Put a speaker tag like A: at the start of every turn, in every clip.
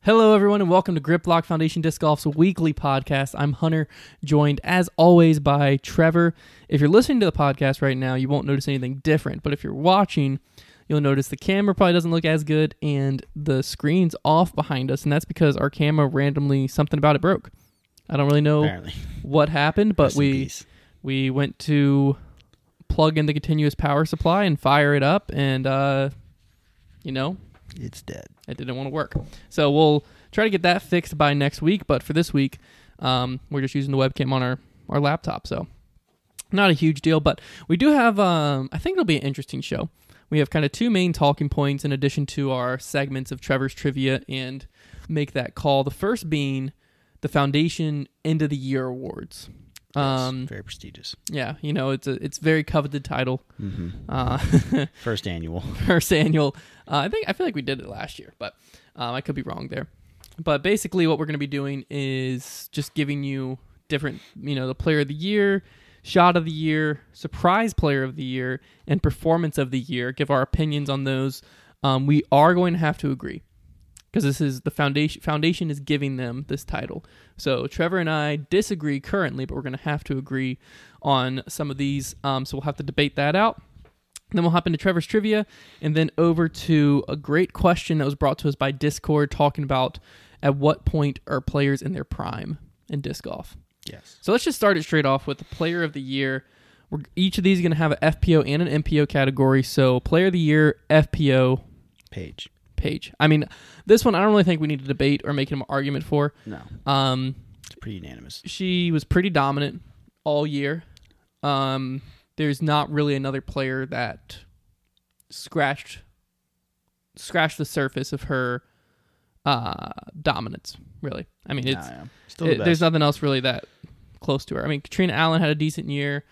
A: Hello, everyone, and welcome to Grip Lock Foundation Disc Golf's weekly podcast. I'm Hunter, joined as always by Trevor. If you're listening to the podcast right now, you won't notice anything different, but if you're watching, you'll notice the camera probably doesn't look as good and the screen's off behind us, and that's because our camera randomly something about it broke. I don't really know
B: Apparently.
A: what happened, but
B: Rest in
A: we
B: peace.
A: we went to plug in the continuous power supply and fire it up, and uh, you know
B: It's dead.
A: it didn't want to work. So we'll try to get that fixed by next week. But for this week, um, we're just using the webcam on our, our laptop. So not a huge deal. But we do have, um, I think it'll be an interesting show. We have kind of two main talking points in addition to our segments of Trevor's Trivia and Make That Call. The first being the Foundation End of the Year Awards. Um,
B: Yes, very prestigious.
A: yeah, you know, it's a it's very coveted title.
B: hmm
A: Uh,
B: First annual.
A: first annual. Uh, I think I feel like we did it last year, but um, I could be wrong there. But basically, what we're going to be doing is just giving you different, you know, the player of the year, shot of the year, surprise player of the year, and performance of the year. Give our opinions on those. Um, we are going to have to agree because this is the foundation. Foundation is giving them this title. So Trevor and I disagree currently, but we're going to have to agree on some of these. Um, so we'll have to debate that out. Then we'll hop into Trevor's trivia and then over to a great question that was brought to us by Discord talking about at what point are players in their prime in disc golf.
B: Yes.
A: So let's just start it straight off with the player of the year. We're, each of these is going to have an FPO and an MPO category. So player of the year, FPO,
B: Page.
A: page. I mean, this one I don't really think we need to debate or make an argument for.
B: No,
A: Um,
B: it's pretty unanimous.
A: she was pretty dominant all year. Um, there's not really another player that scratched scratched the surface of her uh, dominance. Really, I mean, it's
B: Nah, yeah. still
A: it-
B: the
A: there's
B: best.
A: nothing else really that close to her. I mean, Katrina Allen had a decent year.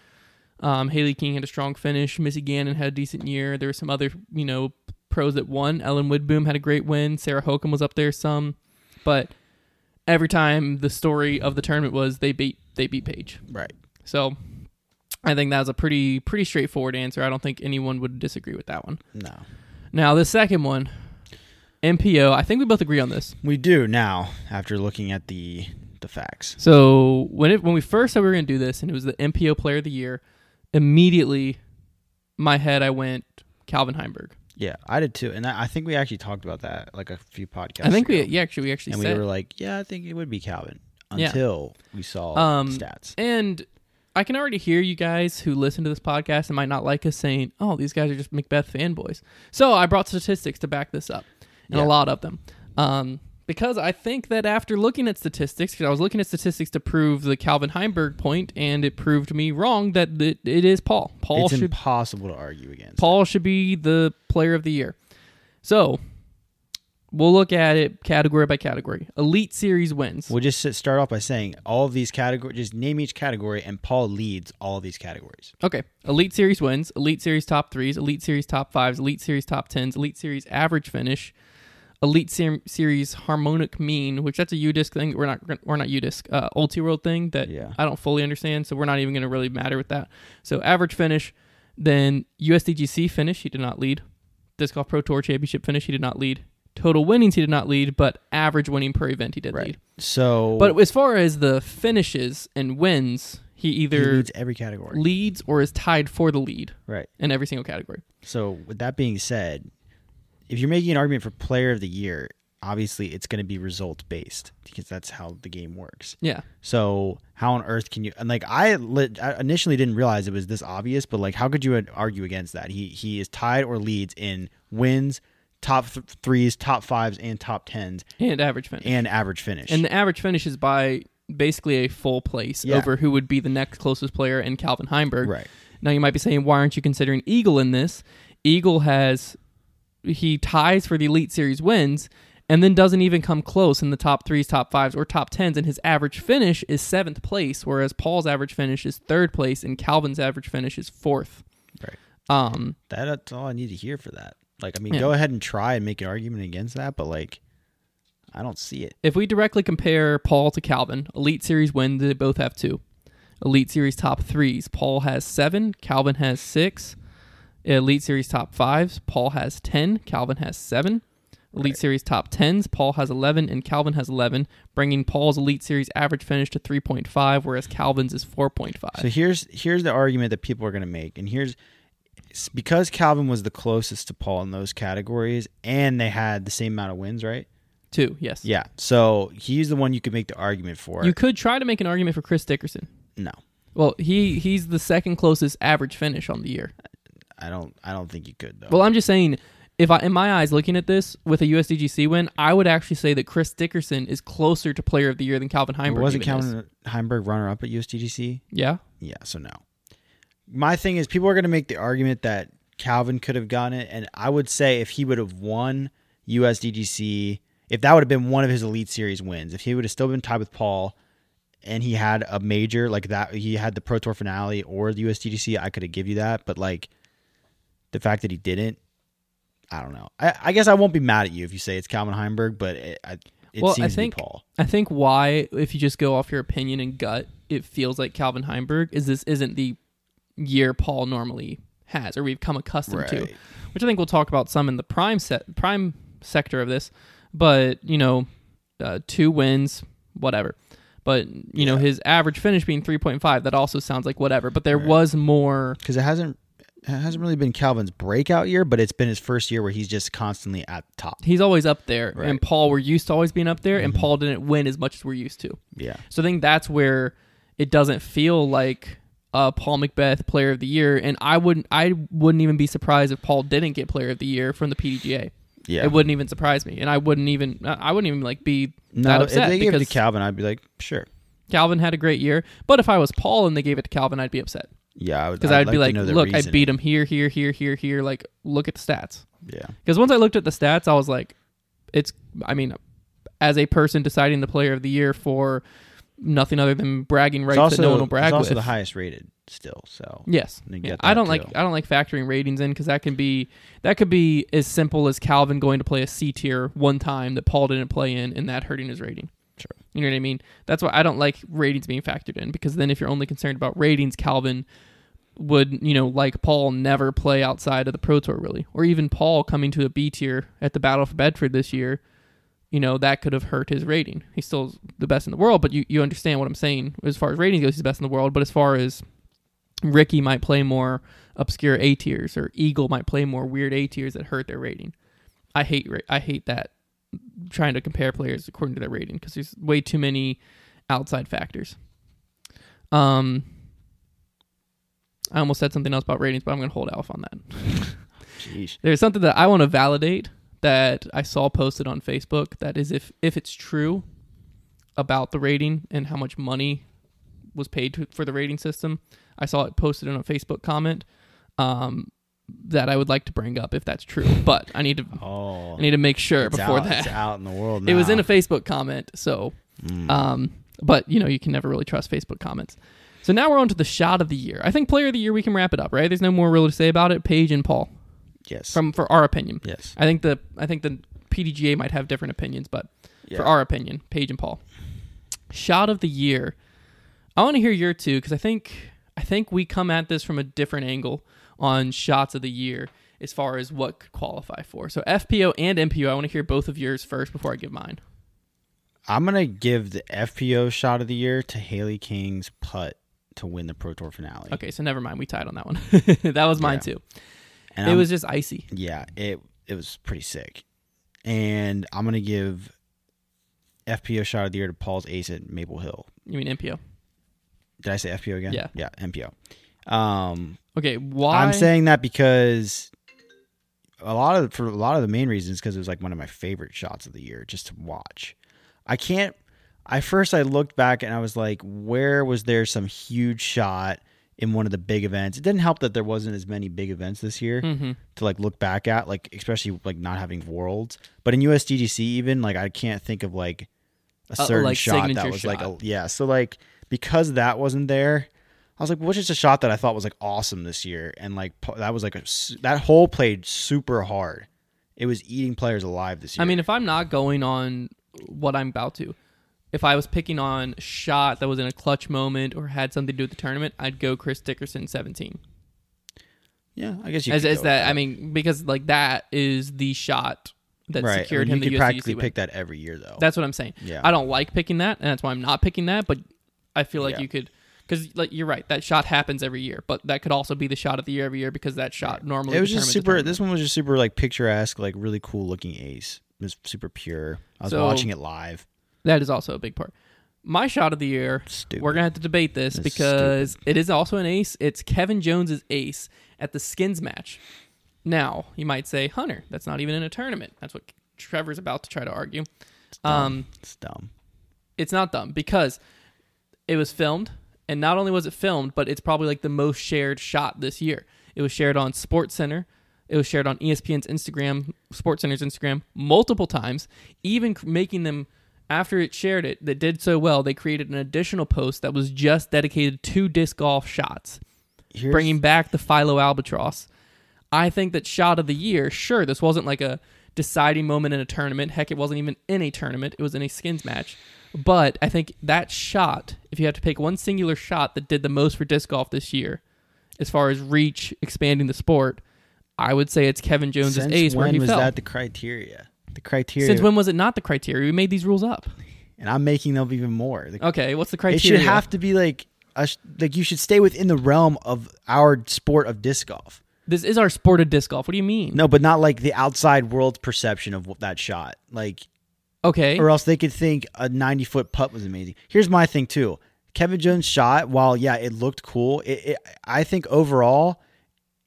A: Um, Haley King had a strong finish. Missy Gannon had a decent year. There were some other, you know, pros that won. Ellen Woodboom had a great win. Sarah Hokum was up there some, but every time the story of the tournament was they beat they beat Paige.
B: right.
A: So I think that was a pretty pretty straightforward answer. I don't think anyone would disagree with that one.
B: No,
A: Now the second one, MPO. I think we both agree on this.
B: we do now after looking at the the facts.
A: So when it when we first said we were gonna do this, and it was the MPO Player of the Year, immediately, my head I went Calvin Heinberg.
B: Yeah, I did too, and I I think we actually talked about that like a few podcasts.
A: I think we
B: ago.
A: yeah actually we actually
B: and we
A: said
B: were like, yeah, I think it would be Calvin
A: Yeah.
B: until we saw
A: Um,
B: the stats.
A: and I can already hear you guys who listen to this podcast and might not like us saying, "Oh, these guys are just Macbeth fanboys." So I brought statistics to back this up, and
B: Yeah.
A: a lot of them, um, because I think that after looking at statistics, because I was looking at statistics to prove the Calvin Heinberg point, and it proved me wrong that it, it is Paul. Paul
B: it's
A: should
B: impossible to argue against.
A: Paul should be the player of the year. So we'll look at it category by category. Elite Series wins.
B: We'll just sit- start off by saying all of these categories. Just name each category, and Paul leads all of these categories.
A: Okay. Elite Series wins, Elite Series top threes, Elite Series top fives, Elite Series top tens, Elite Series average finish, Elite Ser- Series harmonic mean, which that's a U disc thing. We're not we're not U disc, uh, old T world thing that
B: Yeah.
A: I don't fully understand. So we're not even going to really matter with that. So average finish, then USDGC finish, he did not lead. Disc Golf Pro Tour Championship finish, he did not lead. Total winnings, he did not lead, but average winning per event, he did lead.
B: So,
A: But as far as the finishes and wins, he
B: he
A: either
B: leads every category.
A: leads or is tied for the lead
B: Right.
A: in every single category.
B: So with that being said, if you're making an argument for player of the year, obviously it's going to be result based because that's how the game works.
A: Yeah.
B: So how on earth can you? And like I, lit, I initially didn't realize it was this obvious, but like how could you argue against that? He he is tied or leads in wins, top th- threes, top fives, and top tens,
A: And average finish. And,
B: and average finish.
A: the average finish is by basically a full place
B: Yeah.
A: over who would be the next closest player and Calvin Heinberg.
B: right.
A: Now you might be saying, why aren't you considering Eagle in this? Eagle has he ties for the Elite Series wins and then doesn't even come close in the top threes, top fives, or top tens, and his average finish is seventh place, whereas Paul's average finish is third place and Calvin's average finish is fourth.
B: Right.
A: Um
B: That, that's all I need to hear for that. Like I mean,
A: Yeah.
B: go ahead and try and make an argument against that, but like I don't see it.
A: if we directly compare Paul to Calvin, Elite Series wins, they both have two. Elite Series top threes, Paul has seven, Calvin has six. Elite Series top fives, Paul has 10, Calvin has seven. Elite Series top 10s. Paul has 11 and Calvin has 11, bringing Paul's Elite Series average finish to 3.5, whereas Calvin's is 4.5.
B: So here's here's the argument that people are going to make, and here's it's because Calvin was the closest to Paul in those categories, and they had the same amount of wins, right?
A: Two, yes.
B: Yeah. So he's the one you could make the argument for.
A: You could try to make an argument for Chris Dickerson.
B: no,
A: Well, he he's the second closest average finish on the year.
B: I don't. I don't think you could though.
A: Well, I'm just saying, if I in my eyes looking at this with a USDGC win, I would actually say that Chris Dickerson is closer to Player of the Year than Calvin Heinberg.
B: wasn't
A: even is.
B: Calvin Heimberg runner up at USDGC?
A: Yeah,
B: Yeah. So no. My thing is, people are going to make the argument that Calvin could have gotten it, and I would say if he would have won USDGC, if that would have been one of his Elite Series wins, if he would have still been tied with Paul, and he had a major like that, he had the Pro Tour finale or the USDGC, I could have give you that. But like the fact that he didn't, I don't know. I, I guess I won't be mad at you if you say it's Calvin Heimberg, but it, I, it
A: Well, I
B: seems
A: think-
B: to be Paul.
A: I think why if you just go off your opinion and gut, it feels like Calvin Heinberg is this isn't the year Paul normally has or we've come accustomed to,
B: Right.
A: which I think we'll talk about some in the prime set prime sector of this. But you know, uh, two wins, whatever. But you know his average finish being three point five. That also sounds like whatever. But there was more.
B: because it hasn't it hasn't really been Calvin's breakout year, but it's been his first year where he's just constantly at the top.
A: He's always up there,
B: Right. Mm-hmm.
A: and Paul we're used to always being up there, and Paul didn't win as much as we're used to.
B: Yeah,
A: So I think that's where it doesn't feel like uh, Paul Macbeth Player of the Year, and I wouldn't I wouldn't even be surprised if Paul didn't get Player of the Year from the PDGA.
B: yeah.
A: It wouldn't even surprise me, and I wouldn't even I wouldn't even like be that
B: no, if
A: upset
B: they gave it
A: because
B: to Calvin, I'd be like, sure.
A: Calvin had a great year. But if I was Paul and they gave it to Calvin, I'd be upset
B: Yeah, I would.
A: because I'd, be like,
B: to know the
A: look, I
B: reasoning."
A: beat him here, here, here, here, here. Like, look at the stats.
B: Yeah,
A: Because once I looked at the stats, I was like, it's, I mean, as a person deciding the player of the year for nothing other than bragging
B: it's
A: rights
B: also,
A: that no one will brag
B: it's also
A: with.
B: the highest rated still. So
A: yes.
B: And you
A: Yeah.
B: get
A: I
B: that
A: don't like
B: too.
A: I don't like factoring ratings in because that can be that could be as simple as Calvin going to play a C tier one time that Paul didn't play in and that hurting his rating.
B: Sure.
A: You know what I mean? That's why I don't like ratings being factored in because then if you're only concerned about ratings, Calvin would, you know, like Paul never play outside of the Pro Tour really. Or even Paul coming to a B tier at the Battle for Bedford this year, you know, that could have hurt his rating. He's still the best in the world, but you, you understand what I'm saying. As far as ratings goes, he's the best in the world. But as far as Ricky might play more obscure A tiers or Eagle might play more weird A tiers that hurt their rating. I hate ra- I hate that trying to compare players according to their rating because there's way too many outside factors. Um, I almost said something else about ratings, but I'm going to hold off on that.
B: Jeez.
A: There's something that I want to validate that I saw posted on Facebook that is if if it's true about the rating and how much money was paid to, for the rating system. I saw it posted in a Facebook comment um, that I would like to bring up if that's true, but I need to
B: Oh,
A: I need to make sure
B: it's
A: before
B: out,
A: that
B: it's out in the world.
A: it was
B: now. Mm.
A: in a Facebook comment. So, um, but you know, you can never really trust Facebook comments. So now we're on to the shot of the year. I think player of the year, we can wrap it up, right? There's no more really to say about it. Paige and Paul,
B: yes,
A: from for our opinion.
B: yes,
A: I think the I think the PDGA might have different opinions, but
B: Yeah.
A: for our opinion, Paige and Paul, shot of the year. I want to hear your two because I think I think we come at this from a different angle on shots of the year as far as what could qualify for. So FPO and MPO, I want to hear both of yours first before I give mine.
B: I'm gonna give the FPO shot of the year to Haley King's putt to win the Pro Tour finale.
A: Okay, so never mind. We tied on that one. that was mine too.
B: and
A: it
B: I'm-
A: was just icy.
B: yeah, it it was pretty sick. And I'm gonna give FPO shot of the year to Paul's ace at Maple Hill.
A: You mean MPO?
B: Did I say FPO again?
A: Yeah.
B: yeah, MPO. Um,
A: Okay, why?
B: I'm saying that because a lot of for a lot of the main reasons because it was like one of my favorite shots of the year just to watch. I can't. I first I looked back and I was like, where was there some huge shot in one of the big events? It didn't help that there wasn't as many big events this year
A: Mhm.
B: to like look back at, like especially like not having worlds. But in USDGC, even like I can't think of like a
A: Uh,
B: certain
A: like,
B: shot that
A: signature
B: was like a,
A: shot.
B: yeah. So like because that wasn't there, I was like, what's just a shot that I thought was like awesome this year, and like pu- that was like a su- that hole played super hard. It was eating players alive this year.
A: I mean, if I'm not going on what I'm about to, if I was picking on a shot that was in a clutch moment or had something to do with the tournament, I'd go Chris Dickerson 17.
B: yeah, I guess you
A: As,
B: could
A: as
B: go with
A: that, I mean, because like that is the shot that
B: right.
A: secured
B: I mean,
A: him
B: you
A: the
B: could
A: USDC
B: practically
A: win.
B: pick that every year though.
A: That's what I'm saying.
B: Yeah.
A: I don't like picking that, and that's why I'm not picking that. But I feel like
B: Yeah.
A: you could, because like you're right, that shot happens every year, but that could also be the shot of the year every year because that shot normally
B: it was just
A: determines the
B: super.
A: tournament.
B: This one was just super like picturesque, like really cool looking ace. It was super pure. I was
A: So-
B: watching it live.
A: That is also a big part. My shot of the year.
B: Stupid.
A: We're gonna have to debate this
B: It's
A: because it is also an ace. It's Kevin Jones's ace at the skins match. Now you might say, Hunter, that's not even in a tournament. That's what Trevor's about to try to argue. Um,
B: it's dumb.
A: it's not dumb because it was filmed and not only was it filmed but it's probably like the most shared shot this year it was shared on sports center it was shared on E espn's instagram sports center's instagram multiple times even c- making them after it shared it that did so well they created an additional post that was just dedicated to disc golf shots
B: Here's,
A: bringing back the philo albatross i think that shot of the year sure this wasn't like a deciding moment in a tournament heck it wasn't even in a tournament it was in a skins match but i think that shot if you have to pick one singular shot that did the most for disc golf this year as far as reach expanding the sport i would say it's kevin jones's
B: since
A: ace
B: when
A: where he
B: was
A: fell
B: that the criteria? The criteria.
A: since when was it not the criteria we made these rules up
B: and I'm making them even more. The
A: okay what's the Oh,
B: it
A: criteria
B: should have to be like a, sh- like you should stay within the realm of our sport of disc golf.
A: this is our sport of disc golf what do you mean
B: No, but not like the outside world's perception of what that shot. Like,
A: okay
B: or else they could think a 90 foot putt was amazing. Here's my thing too. Kevin Jones' shot, while yeah, it looked cool, it, it I think overall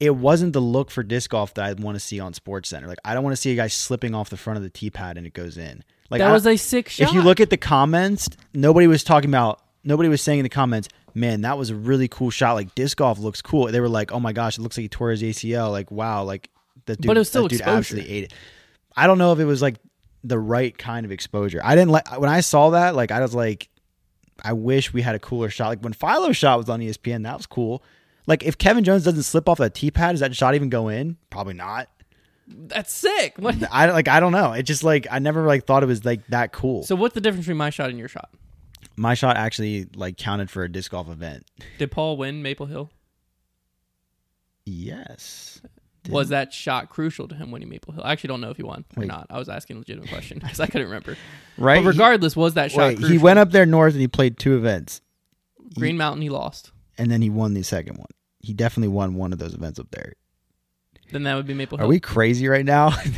B: it wasn't the look for disc golf that I want to see on Sports Center. Like I don't want to see a guy slipping off the front of the tee pad and it goes in. Like
A: that
B: I-
A: was a sick shot
B: if you look at the comments, nobody was talking about. Nobody was saying in the comments, "Man, that was a really cool shot. Like disc golf looks cool." They were like, "Oh my gosh, it looks like he tore his ACL. Like wow, like that dude.
A: But it was still
B: that dude
A: exposure.
B: absolutely ate it." I don't know if it was like the right kind of exposure. I didn't like when I saw that. Like I was like, I wish we had a cooler shot. Like when Philo's shot was on E ESPN, that was cool. Like if Kevin Jones doesn't slip off that tee pad, does that shot even go in? Probably not.
A: that's sick what
B: I like I don't know. It just like I never like thought it was like that cool.
A: So what's the difference between my shot and your shot?
B: my shot actually like counted for a disc golf event.
A: Did Paul win Maple Hill?
B: Yes.
A: Was that shot crucial to him winning Maple Hill? I actually don't know if he won or
B: Wait.
A: not. I was asking a legitimate question because I couldn't remember.
B: Right.
A: But regardless, was that
B: he,
A: shot
B: wait,
A: crucial?
B: he went up there north and he played two events
A: Green Mountain. He lost.
B: and then he won the second one. He definitely won one of those events up there.
A: Then that would be Maple
B: Are
A: Hill.
B: we crazy right now?
A: Oh.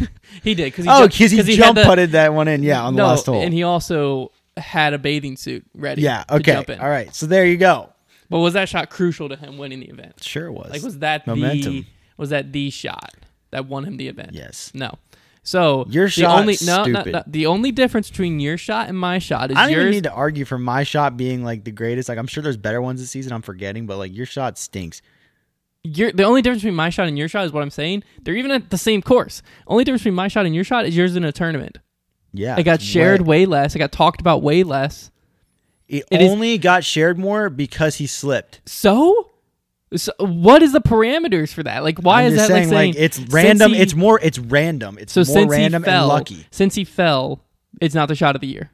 A: He did because
B: oh,
A: jumped-
B: because he,
A: had
B: jump
A: the-
B: putted that one in. Yeah, on the
A: no,
B: last hole.
A: and he also had a bathing suit ready.
B: yeah.
A: to
B: Okay.
A: jump in.
B: All right. So there you go.
A: But was that shot crucial to him winning the event?
B: Sure was.
A: Like was that the
B: Momentum.
A: was that the shot that won him the event?
B: yes.
A: No. So
B: Your
A: the
B: shot's
A: only no, no,
B: stupid.
A: no, the only difference between your shot and my shot is
B: I don't
A: yours
B: even need to argue for my shot being like the greatest. Like I'm sure there's better ones this season. I'm forgetting, but like your shot stinks.
A: your the only difference between my shot and your shot is what I'm saying. They're even at the same course. Only difference between my shot and your shot is yours in a tournament.
B: Yeah.
A: I got
B: it's
A: shared
B: way-
A: way, less. I got talked about way less.
B: It,
A: It is-
B: only got shared more because he slipped.
A: So, so what is the parameters for that? Like, why
B: I'm
A: is
B: just
A: that
B: saying,
A: like saying
B: it's
A: since
B: random?
A: he-
B: it's more. It's random. It's
A: so
B: more
A: since
B: random
A: he fell,
B: and lucky.
A: Since he fell, it's not the shot of the year.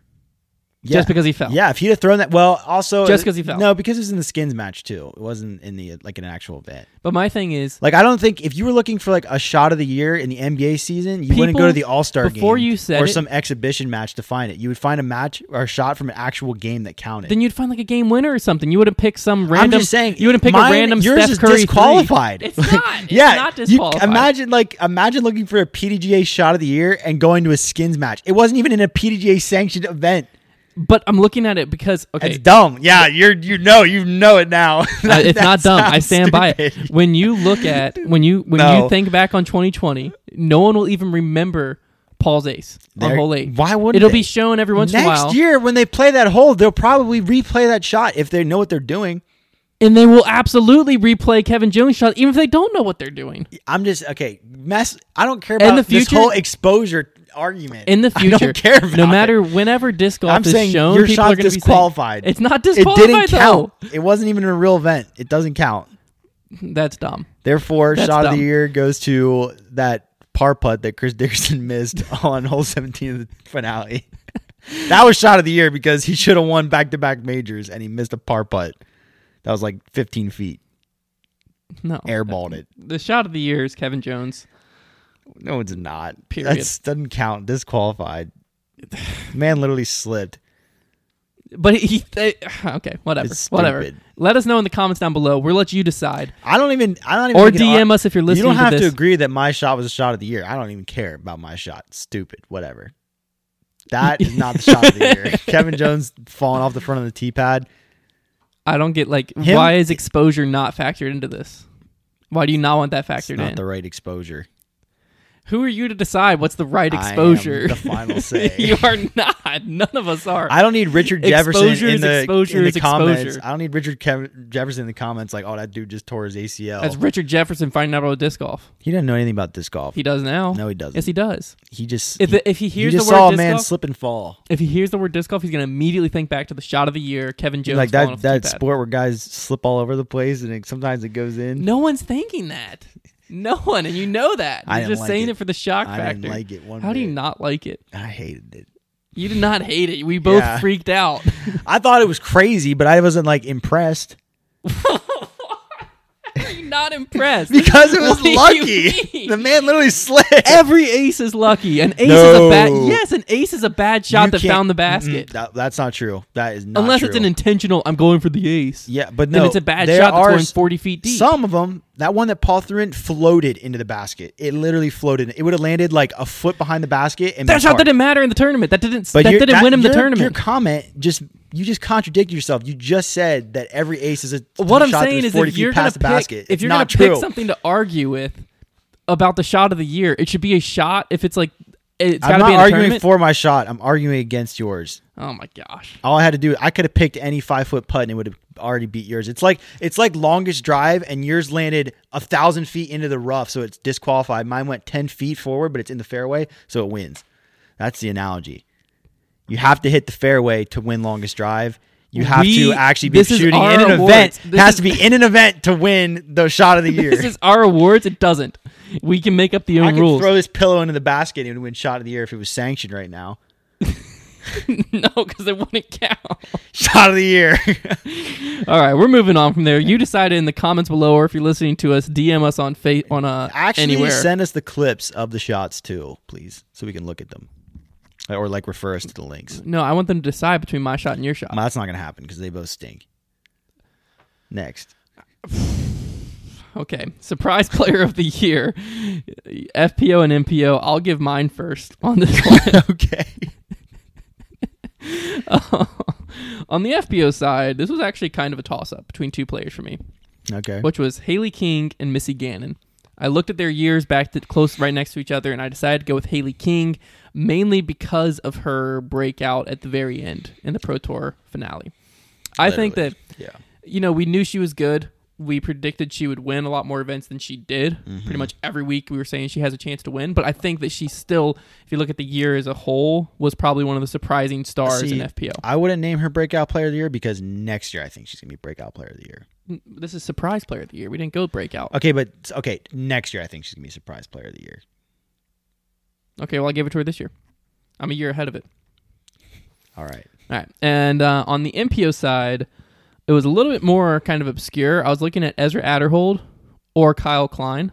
B: Yeah.
A: Just because he fell.
B: Yeah, if he'd have thrown that, well, also
A: Just 'cause he fell.
B: No, because it was in the skins match too. It wasn't in the like an actual event.
A: But my thing is,
B: Like I don't think if you were looking for like a shot of the year in the NBA season, you wouldn't
A: People-
B: go to the All Star game
A: before you said
B: or
A: it-
B: some exhibition match to find it. You would find a match or a shot from an actual game that counted.
A: then you'd find like a game winner or something. You wouldn't pick some random.
B: I'm just saying
A: you wouldn't pick
B: mine-
A: a random
B: Yours
A: Steph
B: is
A: Curry three.
B: disqualified.
A: It's
B: Like,
A: not. It's
B: yeah,
A: not
B: you-
A: disqualified.
B: imagine like imagine looking for a PDGA shot of the year and going to a skins match. It wasn't even in a PDGA sanctioned event.
A: But I'm looking at it because okay,
B: It's dumb. Yeah, you're you know you know it now.
A: Uh,
B: That-
A: it's
B: that
A: not dumb. I
B: sounds
A: stand by it.
B: stupid.
A: When you look at when you when you
B: No.
A: think back on 2020, no one will even remember Paul's ace on
B: There-
A: hole eight.
B: why wouldn't
A: it'll
B: they?
A: be shown every once in a
B: Next
A: while,
B: year when they play that hole, they'll probably replay that shot if they know what they're doing.
A: and they will absolutely replay Kevin Jones' shot, even if they don't know what they're doing.
B: I'm just okay. Mess. I don't care about
A: the
B: this
A: future-
B: whole exposure argument.
A: In the future,
B: I don't care. About
A: no
B: it.
A: matter whenever disc golf
B: I'm
A: is
B: saying
A: shown,
B: your
A: people
B: shot's
A: are going to be saying,
B: disqualified.
A: It's not
B: it
A: disqualified.
B: didn't
A: though.
B: count. It wasn't even a real event. It doesn't count.
A: That's dumb.
B: Therefore,
A: That's
B: shot of
A: dumb.
B: the year goes to that par putt that Chris Dickerson missed on hole 17 of the finale. that was shot of the year because he should have won back to back majors and he missed a par putt that was like 15 feet,
A: No,
B: airballed it.
A: the shot of the year is Kevin Jones.
B: No, it's not.
A: Period.
B: That doesn't count. Disqualified. Man literally slipped.
A: But he, they, okay, whatever,
B: It's
A: whatever.
B: stupid.
A: Let us know in the comments down below. We'll let you decide,
B: I don't even. I don't even.
A: or
B: think it
A: DM
B: ought-
A: us if you're
B: You
A: listening
B: don't have
A: to
B: to
A: this.
B: agree that my shot was a shot of the year. I don't even care about my shot. Stupid. Whatever. That is not the shot of the year. Kevin Jones falling off the front of the tee pad.
A: I don't get like
B: Him-
A: why is exposure not factored into this? Why do you not want that
B: It's
A: factored
B: not
A: in?
B: the right exposure.
A: Who are you to decide what's the right
B: I am
A: exposure?
B: the final say.
A: you are not. None of us are.
B: I don't need Richard Jefferson
A: Exposure
B: in
A: is
B: the,
A: exposure
B: in the
A: is
B: comments.
A: exposure.
B: I don't need Richard Kev- Jefferson in the comments like, oh, that dude just tore his ACL.
A: That's Richard Jefferson finding out about disc golf.
B: he doesn't know anything about disc golf.
A: He does now.
B: no, he doesn't.
A: Yes, he does.
B: he just
A: If the- if he hears the
B: just
A: word
B: saw a
A: disc
B: man
A: golf-
B: slip and fall.
A: If he hears the word disc golf, he's going to immediately think back to the shot of the year, Kevin Jones.
B: like
A: falling
B: that
A: off the
B: that
A: tee pad.
B: sport where guys slip all over the place and it, sometimes it goes in.
A: No one's thinking that. No one, and you know that. You're
B: I didn't
A: just
B: like
A: saying
B: it.
A: it. for the shock
B: I
A: factor.
B: didn't like it one
A: How do you
B: bit.
A: not like it?
B: I hated it.
A: You did not hate it. We both
B: Yeah.
A: freaked out.
B: I thought it was crazy, but I wasn't like impressed
A: Are you not impressed?
B: because it was
A: What do you
B: lucky.
A: mean?
B: The man literally slipped.
A: Every ace is lucky. An ace is a
B: No.
A: bad. Yes, an ace is a bad shot
B: You
A: that
B: can't-
A: found the basket.
B: Mm, that- that's not true. That is not
A: Unless
B: true.
A: it's an intentional. I'm going for the ace.
B: yeah, but no,
A: Then it's a bad
B: there
A: shot that's
B: are
A: going
B: s-
A: 40 feet deep.
B: Some of them, that one that Paul threw in, floated into the basket. It literally floated. It would have landed like a foot behind the basket. And
A: that
B: been
A: shot
B: parked.
A: didn't matter in the tournament. That didn't.
B: But
A: that
B: you're-
A: didn't win him the
B: your- Your
A: tournament.
B: comment just you just contradicted yourself. You just said that every ace is a
A: what I'm
B: shot that
A: saying is,
B: 40
A: if
B: feet
A: you're gonna
B: past
A: pick,
B: the basket.
A: if you're
B: It's
A: gonna
B: not true.
A: pick something to argue with about the shot of the year, it should be a shot. If it's like, it's got to
B: I'm not
A: be in a
B: arguing
A: tournament.
B: for my shot. I'm arguing against yours.
A: oh my gosh.
B: All I had to do, I could have picked any five foot putt and it would have already beat yours. It's like it's like longest drive and yours landed a thousand feet into the rough, so it's disqualified. Mine went ten feet forward, but it's in the fairway, so it wins. That's the analogy. You have to hit the fairway to win longest drive. You have
A: We-
B: to actually be
A: this is
B: shooting
A: our
B: in an
A: awards.
B: event.
A: This
B: has
A: is-
B: to be in an event to win the shot of the year.
A: This is our awards. It doesn't. We can make up the
B: I
A: own
B: could
A: rules.
B: throw this pillow into the basket and it would win shot of the year if it was sanctioned right now.
A: no, because it wouldn't count.
B: Shot of the year.
A: All right, we're moving on from there. You decide it in the comments below, or if you're listening to us, DM us on fa- on uh,
B: Actually,
A: anywhere.
B: send us the clips of the shots too, please, so we can look at them, or like refer us to the links.
A: no, I want them to decide between my shot and your shot.
B: Well, that's not gonna happen because they both stink. Next,
A: Okay, surprise player of the year, FPO and MPO. I'll give mine first on this one.
B: okay.
A: on the FPO side, this was actually kind of a toss up between two players for me,
B: Okay.
A: which was Haley King and Missy Gannon. I looked at their years back to close right next to each other, and I decided to go with Haley King mainly because of her breakout at the very end in the Pro Tour finale. I think that
B: Literally. Yeah.
A: you know, we knew she was good. We predicted she would win a lot more events than she did.
B: Mm-hmm.
A: Pretty much every week we were saying she has a chance to win, but I think that she still, if you look at the year as a whole, was probably one of the surprising stars
B: See,
A: in FPO.
B: I wouldn't name her breakout player of the year because next year I think she's gonna be breakout player of the year.
A: This is surprise player of the year. We didn't go breakout.
B: Okay, but okay, next year I think she's gonna be surprise player of the year.
A: Okay, well I gave it to her this year. I'm a year ahead of it.
B: All right.
A: All right, and uh, on the MPO side, it was a little bit more kind of obscure. I was looking at Ezra Adderhold or Kyle Klein,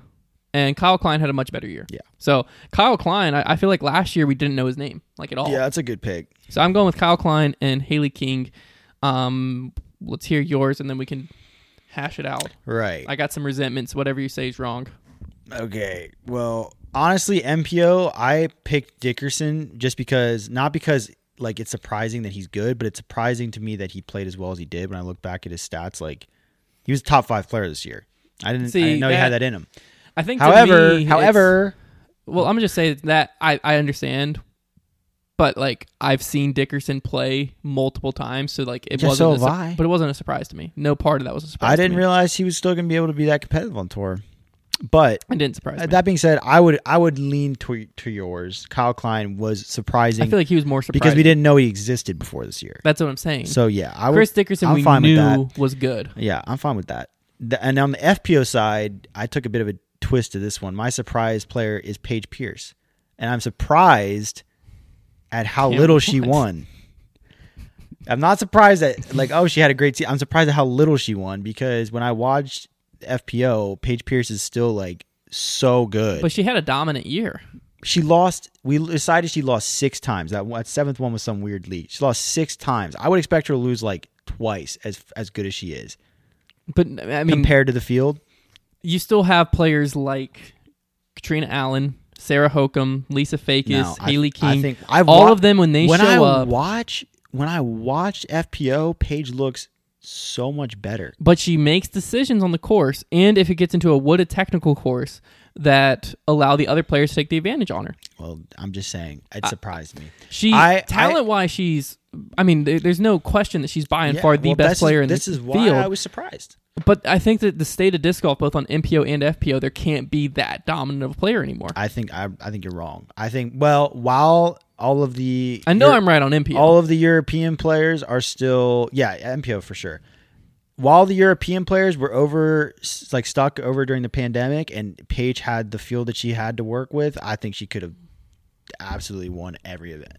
A: and Kyle Klein had a much better year.
B: Yeah.
A: So Kyle Klein, I, I feel like last year we didn't know his name like at all.
B: Yeah, that's a good pick.
A: So I'm going with Kyle Klein and Haley King. Um, let's hear yours, and then we can hash it out.
B: Right.
A: I got some resentments. Whatever you say is wrong.
B: Okay. Well, honestly, MPO, I picked Dickerson just because, not because like it's surprising that he's good, but it's surprising to me that he played as well as he did. When I look back at his stats, like he was a top five player this year. I didn't,
A: See,
B: I didn't know he had
A: that-
B: that in him.
A: I think. to
B: However,
A: me, it's-
B: however,
A: Well, I'm gonna just say that I, I understand, but like I've seen Dickerson play multiple times, so like it
B: Yeah,
A: wasn't.
B: so
A: a su-
B: have I.
A: But it wasn't a surprise to me. No part of that was a surprise.
B: I didn't
A: To me.
B: realize he was still going to be able to be that competitive on tour. But
A: It didn't surprise me.
B: uh, that being said, I would I would lean to to yours. Kyle Klein was surprising
A: I feel like he was more surprised
B: because we didn't know he existed before this year.
A: That's what I'm saying.
B: So yeah, I would,
A: Chris Dickerson,
B: I'm
A: we
B: fine with that.
A: knew was good.
B: Yeah, I'm fine with that. The, and on the FPO side, I took a bit of a twist to this one. My surprise player is Paige Pierce, and I'm surprised at how
A: Damn,
B: little she
A: what?
B: won. I'm not surprised that like oh she had a great season. I'm surprised at how little she won because when I watched FPO, Paige Pierce is still like so good.
A: But she had a dominant year.
B: she lost. We decided she lost six times. That, one- that seventh one was some weird lead. She lost six times. I would expect her to lose like twice as as good as she is
A: But I mean,
B: compared to the field.
A: you still have players like Katrina Allen, Sarah Hokum, Lisa Fakis,
B: No, I-
A: Haley King.
B: I think- I've
A: all
B: wa-
A: of them when they
B: when
A: show
B: I
A: up.
B: watch when I watched FPO, Paige looks so much better.
A: but she makes decisions on the course, and if it gets into a what a technical course that allow the other players to take the advantage on her.
B: Well, I'm just saying, it surprised me.
A: She
B: I- I-
A: talent wise, she's. I mean, there, there's no question that she's by and
B: Yeah,
A: far the
B: well,
A: best
B: this is-
A: player in
B: this
A: the
B: is why
A: field.
B: I was surprised.
A: But I think that the state of disc golf, both on MPO and FPO, there can't be that dominant of a player anymore. I,
B: I think I, I think you're wrong. I think well, while all of the
A: know
B: Euro-
A: I'm right on MPO.
B: all of the European players are still yeah MPO for sure. While the European players were over s- like stuck over during the pandemic, and Paige had the field that she had to work with, I think she could have absolutely won every event.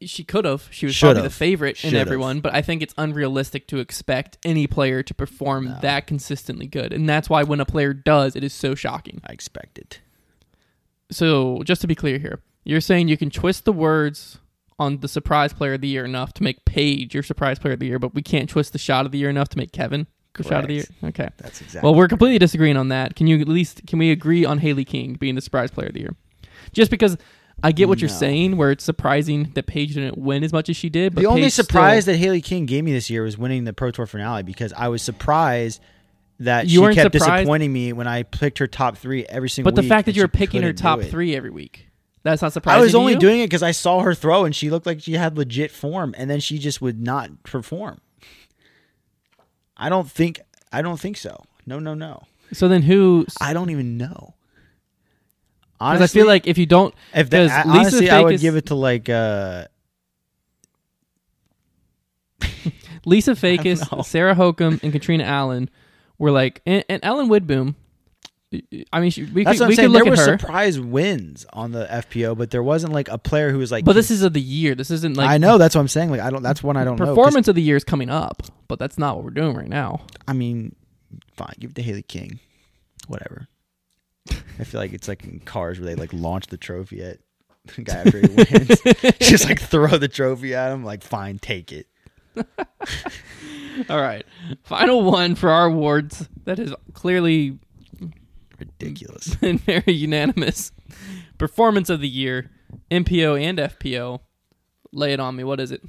A: she could have. She was
B: Should
A: probably
B: have.
A: the favorite
B: Should
A: in
B: have.
A: everyone, but I think it's unrealistic to expect any player to perform that consistently good. And that's why when a player does, it is so shocking.
B: I expected.
A: So, just to be clear here, you're saying you can twist the words on the surprise player of the year enough to make Paige your surprise player of the year, but we can't twist the shot of the year enough to make Kevin your shot of the year.
B: Correct.
A: Okay.
B: That's exactly.
A: Well, we're completely disagreeing on that. Can you at least can we agree on Haley King being the surprise player of the year? Just because I get what you're
B: No.
A: saying, where it's surprising that Paige didn't win as much as she did. But
B: the only
A: Paige still-
B: surprise that Haley King gave me this year was winning the Pro Tour finale because I was surprised that
A: You
B: she
A: weren't
B: kept
A: surprised?
B: disappointing me when I picked her top three every single.
A: but the
B: week
A: fact that
B: and
A: you were
B: she
A: picking her
B: couldn't do
A: top
B: it.
A: three every week, that's not surprising.
B: I was
A: to
B: only
A: you?
B: doing it because I saw her throw and she looked like she had legit form, and then she just would not perform. I don't think. I don't think so. No, no, no.
A: So then who?
B: I don't even know.
A: Because I feel like if you don't,
B: if
A: because
B: that, I,
A: Lisa
B: honestly, I would
A: Fakis-
B: give it to like. uh
A: Lisa
B: know.
A: Fakis, Sarah Hokum, and Katrina Allen were like, and, and Ellen Widboom. I mean, she, we
B: That's
A: could,
B: what I'm
A: we could
B: saying. There
A: look
B: were
A: at her,
B: surprise wins on the FPO, but there wasn't like a player who was like.
A: but this is of the year. This isn't like
B: I know that's what I'm saying. Like I don't. That's one I don't know. 'cause,
A: performance of the year is coming up, but that's not what we're doing right now.
B: I mean, fine. Give it to Haley King. Whatever. I feel like it's like in cars where they like launch the trophy at the guy after he wins. Just like throw the trophy at him. Like fine, take it.
A: All right, final one for our awards that has clearly
B: Ridiculous.
A: been very unanimous. Performance of the year, MPO and FPO. Lay it on me. What is it?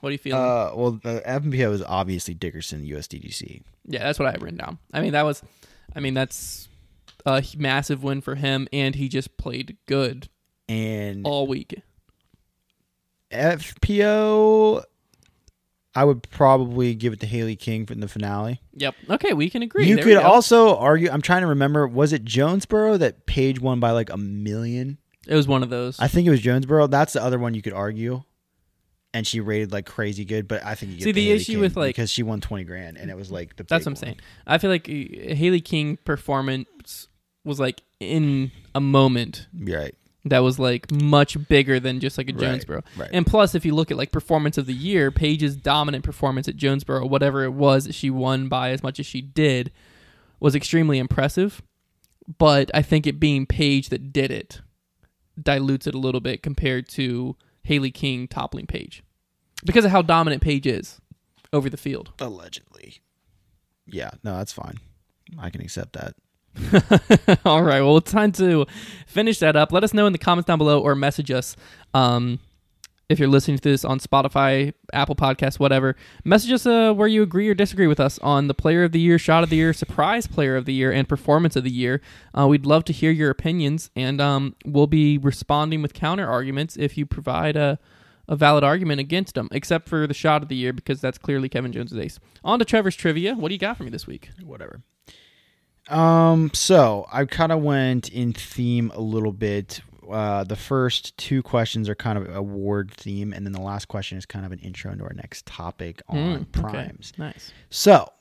A: What are you feeling?
B: Uh, well, the FPO is obviously Dickerson USDGC.
A: yeah, that's what I have written down. I mean, that was, I mean, that's a h- massive win for him, and he just played good
B: and
A: all week.
B: FPO. I would probably give it to Haley King in the finale.
A: Yep. Okay, we can agree.
B: You
A: There
B: could
A: we go.
B: also argue. I'm trying to remember. Was it Jonesboro that Page won by like a million?
A: It was one of those.
B: I think it was Jonesboro. That's the other one you could argue. And she rated like crazy good, but I think you get
A: See,
B: to
A: the
B: Haley
A: issue
B: King
A: with, like-
B: because she won twenty grand, and it was like the
A: That's what
B: big
A: I'm
B: one.
A: saying. I feel like uh, Haley King performance was like in a moment
B: You're right.
A: that was like much bigger than just like a
B: Right,
A: Jonesboro.
B: right.
A: And plus, if you look at like performance of the year, Paige's dominant performance at Jonesboro, whatever it was that she won by as much as she did, was extremely impressive. But I think it being Paige that did it dilutes it a little bit compared to Haley King toppling Paige because of how dominant Paige is over the field.
B: Allegedly. Yeah. No, that's fine. I can accept that.
A: All right. Well, it's time to finish that up. Let us know in the comments down below or message us. Um, if you're listening to this on Spotify, Apple Podcasts, whatever, message us uh, where you agree or disagree with us on the player of the year, shot of the year, surprise player of the year, and performance of the year. Uh, we'd love to hear your opinions, and um, we'll be responding with counter arguments if you provide a, a valid argument against them, except for the shot of the year, because that's clearly Kevin Jones's ace. On to Trevor's trivia. What do you got for me this week?
B: Whatever. Um. So I kind of went in theme a little bit. Uh, the first two questions are kind of award theme, and then the last question is kind of an intro into our next topic
A: Mm,
B: on
A: okay.
B: primes.
A: Nice.
B: So,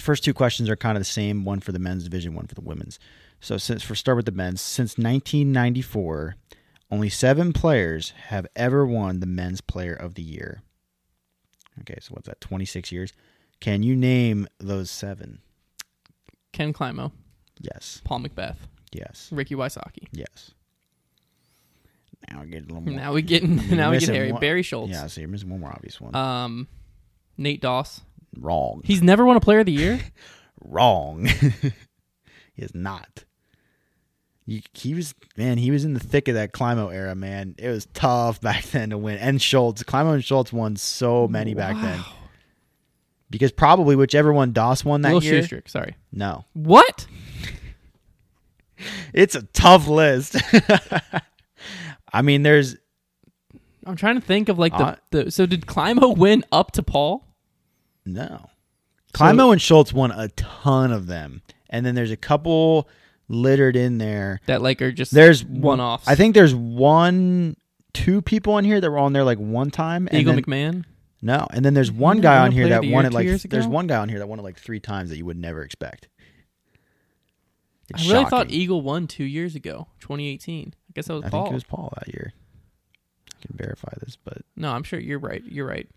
B: first two questions are kind of the same one for the men's division, one for the women's. So, since for start with the men's, since 1994, only seven players have ever won the men's player of the year. Okay, so what's that, 26 years? Can you name those seven?
A: Ken Climo.
B: Yes.
A: Paul Macbeth,
B: Yes.
A: Ricky Wysocki.
B: Yes. Now I get a little more.
A: Now we getting
B: You're
A: now we get
B: missing
A: Harry
B: one-
A: Barry Schultz,
B: Yeah, so you're missing one more obvious one.
A: um, Nate Doss.
B: Wrong.
A: He's never won a Player of the Year.
B: Wrong. he is not. You, he was man. He was in the thick of that Climo era, man. It was tough back then to win. And Schultz, Climo and Schultz won so many back then
A: Wow.
B: because probably whichever one Doss won that
A: Will
B: year.
A: Schuster, sorry.
B: No,
A: What?
B: it's a tough list. I mean, there's
A: I'm trying to think of like the,
B: Uh,
A: the so did Climo win up to Paul?
B: No. Climo and Schultz won a ton of them. And then there's a couple littered in there.
A: That like are just
B: There's
A: one off.
B: I think there's one two people in here that were on there like one time. And
A: Eagle
B: then,
A: McMahon.
B: no. And then there's one
A: Didn't
B: guy
A: he win
B: on here
A: Player of
B: that
A: the
B: won
A: Year
B: it
A: two
B: like
A: years
B: there's
A: ago?
B: one guy on here that won it like three times that you would never expect.
A: I
B: It's
A: really thought
B: shocking.
A: Eagle won two years ago, 2018. I guess that was
B: I
A: Paul.
B: think it was Paul that year. I can verify this, but
A: No, I'm sure you're right. You're right.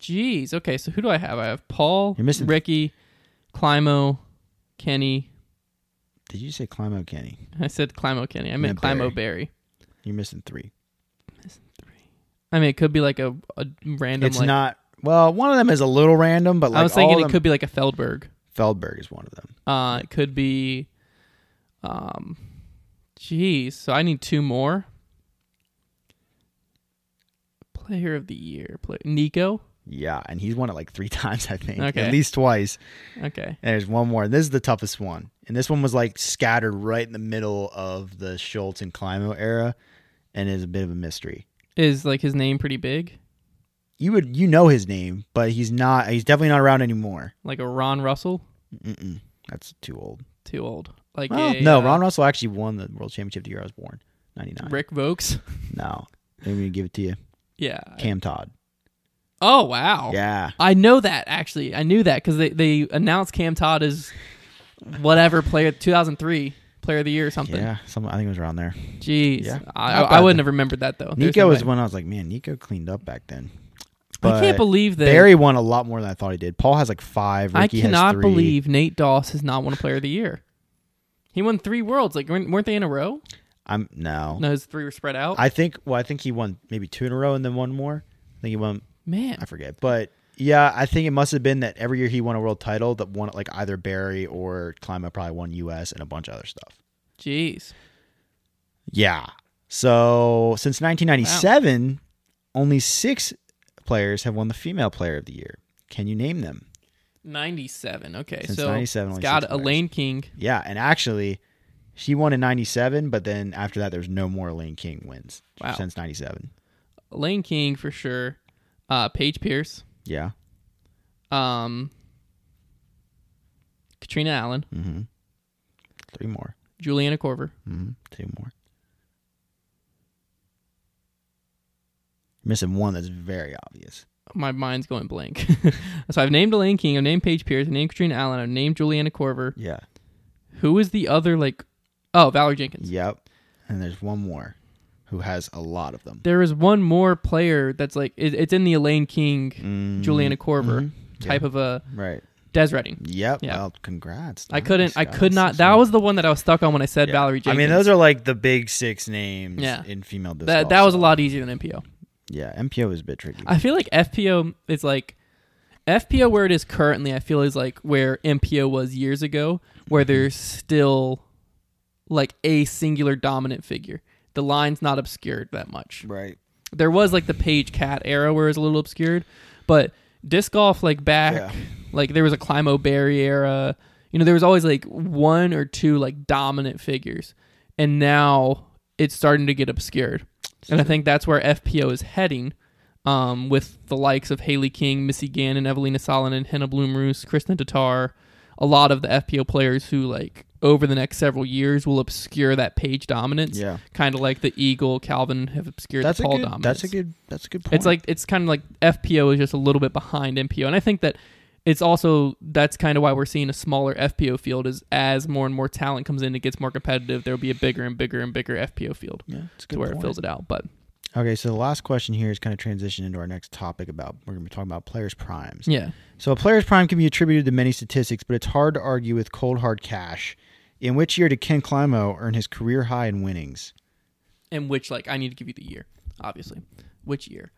A: Jeez. Okay, so who do I have? I have Paul,
B: You're missing-
A: Ricky, Climo, Kenny.
B: did you say Climo Kenny?
A: I said Climo Kenny. I meant
B: Yeah,
A: Climo Barry.
B: You're missing three.
A: I mean, it could be like a, a random.
B: it's
A: like,
B: not well, one of them is a little random, but like
A: I was thinking
B: all
A: it
B: of them,
A: could be like a Feldberg.
B: Feldberg is one of them.
A: Uh, it could be, um, geez. So I need two more. Player of the year, play, Nico.
B: Yeah, and he's won it like three times, I think.
A: Okay.
B: At least twice.
A: Okay,
B: And there's one more. This is the toughest one. And this one was like scattered right in the middle of the Schultz and Climo era and is a bit of a mystery.
A: is like his name pretty big,
B: You would you know his name, but he's not he's definitely not around anymore.
A: like a Ron Russell.
B: Mm-mm. That's too old.
A: Too old. Like
B: Well,
A: a,
B: no,
A: uh,
B: Ron Russell actually won the world championship the year I was born. 99.
A: Rick Vokes.
B: No. I'm going to give it to you.
A: yeah.
B: Cam Todd.
A: Oh wow.
B: Yeah.
A: I know that actually. I knew that because they they announced Cam Todd as whatever player 2003 player of the year or something.
B: Yeah, some, I think it was around there.
A: Jeez,
B: Yeah.
A: I, I,
B: Not bad
A: wouldn't
B: then.
A: have remembered that though. There's
B: Nico
A: no
B: was
A: way.
B: when I was like, man, Nico cleaned up back then.
A: I can't
B: But-
A: believe that.
B: Barry won a lot more than I thought he did. Paul has like five.
A: I
B: Ricky has
A: cannot
B: three.
A: believe Nate Doss has not won a Player of the Year. He won three worlds. Like weren't weren't they in a row?
B: I'm no.
A: No, his three were spread out.
B: I think. Well, I think he won maybe two in a row and then one more. I think he won. I
A: Man,
B: forget, but yeah, I think it must have been that every year he won a world title that won like either Barry or Clima probably won U.S. and a bunch of other stuff.
A: jeez,
B: Yeah. So since 1997, only six players have won the Female Player of the Year. Can you name them?
A: ninety-seven. Okay,
B: Since
A: so
B: 97,
A: it's
B: only
A: got
B: six players.
A: Elaine King.
B: Yeah, and actually, she won in '97, but then after that, there's no more Lane King wins
A: Wow.
B: since '97.
A: Elaine King for sure. Uh, Paige Pierce.
B: Yeah,
A: Um, Katrina Allen.
B: mm-hmm. three more,
A: Juliana Corver.
B: mm-hmm. two more. Missing one that's very obvious.
A: My mind's going blank. so I've named Elaine King. I've named Paige Pierce. I've named Katrina Allen. I've named Juliana Corver.
B: Yeah.
A: Who is the other like? Oh, Valerie Jenkins.
B: Yep. And there's one more, who has a lot of them.
A: there is one more player that's like it, it's in the Elaine King,
B: Mm,
A: Juliana Corver
B: mhm.
A: type of a
B: Right.
A: Des Redding.
B: Yep.
A: Yeah.
B: Well, congrats.
A: I
B: Nice,
A: couldn't. I
B: guys.
A: could not.
B: Six
A: That
B: more.
A: was the one that I was stuck on when I said
B: Yeah.
A: Valerie Jenkins.
B: I mean, those are like the big six names
A: Yeah.
B: in female disc
A: that
B: golf,
A: that was a
B: so-
A: lot easier than MPO.
B: Yeah, MPO is a bit tricky.
A: I feel like FPO is like FPO where it is currently. I feel is like where MPO was years ago, where there's still like a singular dominant figure. The line's not obscured that much.
B: right.
A: there was like the page cat era where it was a little obscured, but disc golf like back
B: Yeah.
A: like there was a Climo Berry era. You know, there was always like one or two like dominant figures, and now it's starting to get obscured. And I think that's where FPO is heading, um, with the likes of Haley King, Missy Gannon, Evelina Solomon, Hannah Bloomroos, Kristen Tatar, a lot of the FPO players who like over the next several years will obscure that page dominance.
B: Yeah.
A: Kind of like the Eagle, Calvin have obscured
B: That's
A: the
B: a
A: Paul
B: good.
A: dominance.
B: That's a good. That's a good point.
A: It's like it's kind of like FPO is just a little bit behind MPO, and I think that it's also that's kind of why we're seeing a smaller FPO field is as more and more talent comes in, it gets more competitive. There will be a bigger and bigger and bigger FPO field
B: yeah, it's
A: to
B: a good
A: where
B: point.
A: it fills it out. But
B: Okay, so the last question here is kind of transition into our next topic about we're going to be talking about players' primes.
A: Yeah.
B: So a player's prime can be attributed to many statistics, but it's hard to argue with cold hard cash. In which year did Ken Climo earn his career high in winnings?
A: And which like I need to give you the year, obviously. Which year?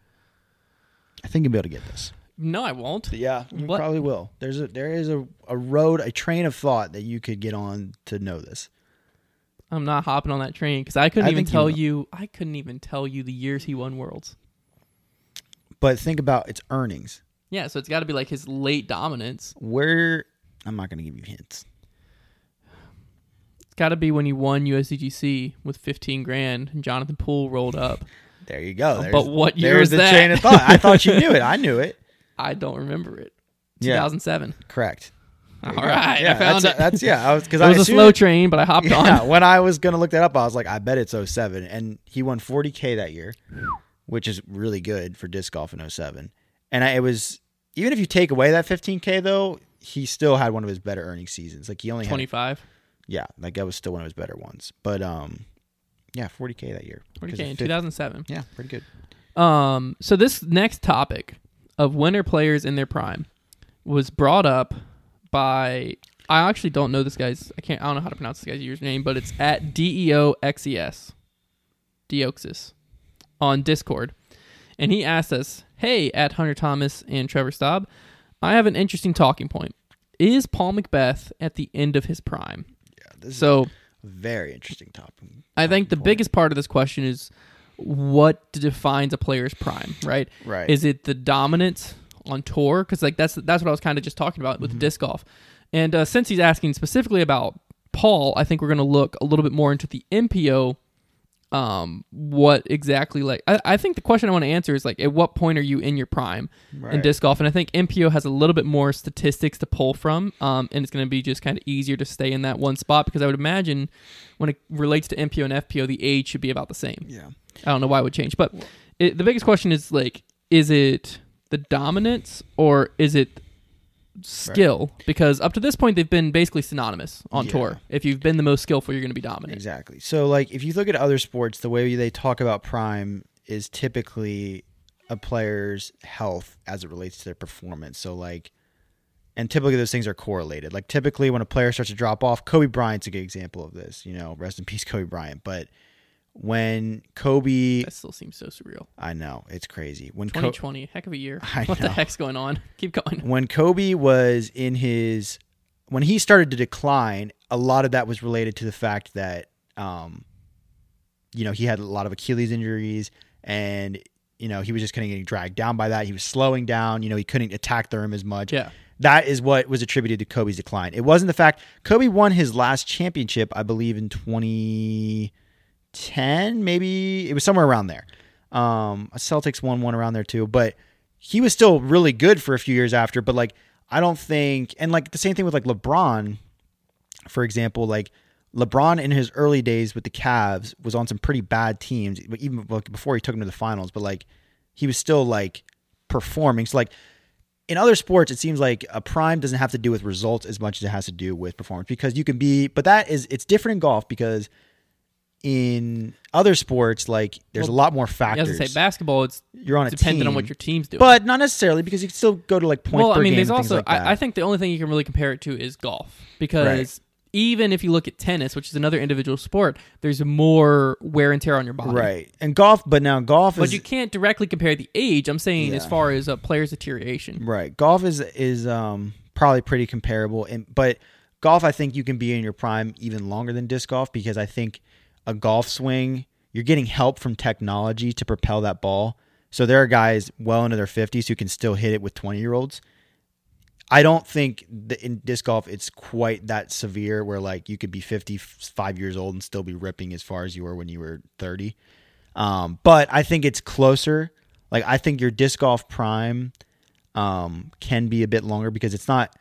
B: I think you'll be able to get this.
A: No, I won't.
B: Yeah, you
A: What?
B: probably will. There's a there is a, a road, a train of thought that you could get on to know this.
A: I'm not hopping on that train because I couldn't
B: I
A: even
B: think you
A: tell
B: will.
A: you. I couldn't even tell you the years he won worlds.
B: But think about its earnings.
A: Yeah, so it's got to be like his late dominance.
B: Where I'm not going to give you hints.
A: It's got to be when he won USDGC with 15 grand and Jonathan Poole rolled up.
B: There you go. There's,
A: But what year
B: there's
A: is
B: the
A: that?
B: train of thought. I thought you knew it. I knew it.
A: I don't remember it.
B: Yeah.
A: 2007.
B: Correct.
A: All right,
B: Yeah,
A: I found
B: that's,
A: it.
B: that's yeah. I was because
A: it
B: I
A: was a
B: assumed-
A: slow train, but I hopped
B: Yeah,
A: on.
B: when I was gonna look that up, I was like, I bet it's 07. and he won 40k that year, which is really good for disc golf in 07. And I, it was even if you take away that 15k though, he still had one of his better earning seasons. Like he only 20.
A: 25.
B: yeah, like that was still one of his better ones. But um, yeah, 40k that year. 'Cause
A: 40K
B: of
A: in
B: fif-
A: 2007.
B: Yeah, pretty good.
A: Um, so this next topic of winter players in their prime was brought up by I actually don't know this guy's I can't I don't know how to pronounce this guy's username, but it's at D E O X E S. Deoxys on Discord. And he asked us, Hey, at Hunter Thomas and Trevor Staub, I have an interesting talking point. Is Paul Macbeth at the end of his prime?
B: Yeah, this is
A: So
B: a very interesting topic.
A: I think the
B: Point.
A: biggest part of this question is what defines a player's prime, right?
B: Right.
A: Is it the dominance on tour? Because like that's that's what I was kind of just talking about with
B: Mm-hmm.
A: the disc golf. And uh, since he's asking specifically about Paul, I think we're going to look a little bit more into the MPO. Um, what exactly like? I, I think the question I want to answer is like, at what point are you in your prime in
B: Right.
A: disc golf? And I think MPO has a little bit more statistics to pull from. Um, and it's going to be just kind of easier to stay in that one spot because I would imagine when it relates to MPO and FPO, the age should be about the same.
B: yeah,
A: I don't know why it would change, but it, the biggest question is like, is it the dominance or is it skill? Because up to this point, they've been basically synonymous on
B: Yeah.
A: tour. If you've been the most skillful, you're going to be dominant.
B: Exactly. So like if you look at other sports, the way they talk about prime is typically a player's health as it relates to their performance. So like and typically those things are correlated. Like typically when a player starts to drop off, Kobe Bryant's a good example of this, you know, rest in peace Kobe Bryant, but when Kobe
A: That still seems so surreal.
B: I know, it's crazy. When Kobe
A: 2020, heck of a year.
B: I
A: what the
B: know.
A: heck's going on? Keep going.
B: when Kobe was in his when he started to decline, a lot of that was related to the fact that um you know, he had a lot of Achilles injuries and you know, he was just kind of getting dragged down by that. He was slowing down, you know, he couldn't attack the rim as much.
A: Yeah.
B: That is what was attributed to Kobe's decline. It wasn't the fact Kobe won his last championship, I believe in 2010, maybe it was somewhere around there. Um, Celtics won one around there too, but he was still really good for a few years after. But like, I don't think, and like the same thing with like LeBron, for example, like LeBron in his early days with the Cavs was on some pretty bad teams, but even like, before he took him to the finals. But like, he was still like performing. So like in other sports, it seems like a prime doesn't have to do with results as much as it has to do with performance because you can be, but that is, it's different in golf because in other sports, like there's a lot more
A: I
B: factors.
A: was gonna say basketball. It's
B: You're on a
A: dependent
B: team,
A: on what your team's doing.
B: but not necessarily because you can still go to like points
A: well,
B: per
A: I mean,
B: game.
A: there's
B: and things
A: also
B: like that.
A: I, I think the only thing you can really compare it to is golf because
B: Right.
A: even if you look at tennis, which is another individual sport, there's more wear and tear on your body.
B: right and golf, but now golf
A: But
B: is
A: you can't directly compare the age. I'm saying as
B: Yeah.
A: far as a player's deterioration.
B: Right. Golf is is um probably pretty comparable and but golf I think you can be in your prime even longer than disc golf because I think a golf swing you're getting help from technology to propel that ball. So there are guys well into their 50s who can still hit it with 20-year-olds. I don't think that in disc golf it's quite that severe where like you could be 55 years old and still be ripping as far as you were when you were 30. Um, but I think it's closer. Like I think your disc golf prime um, can be a bit longer because it's not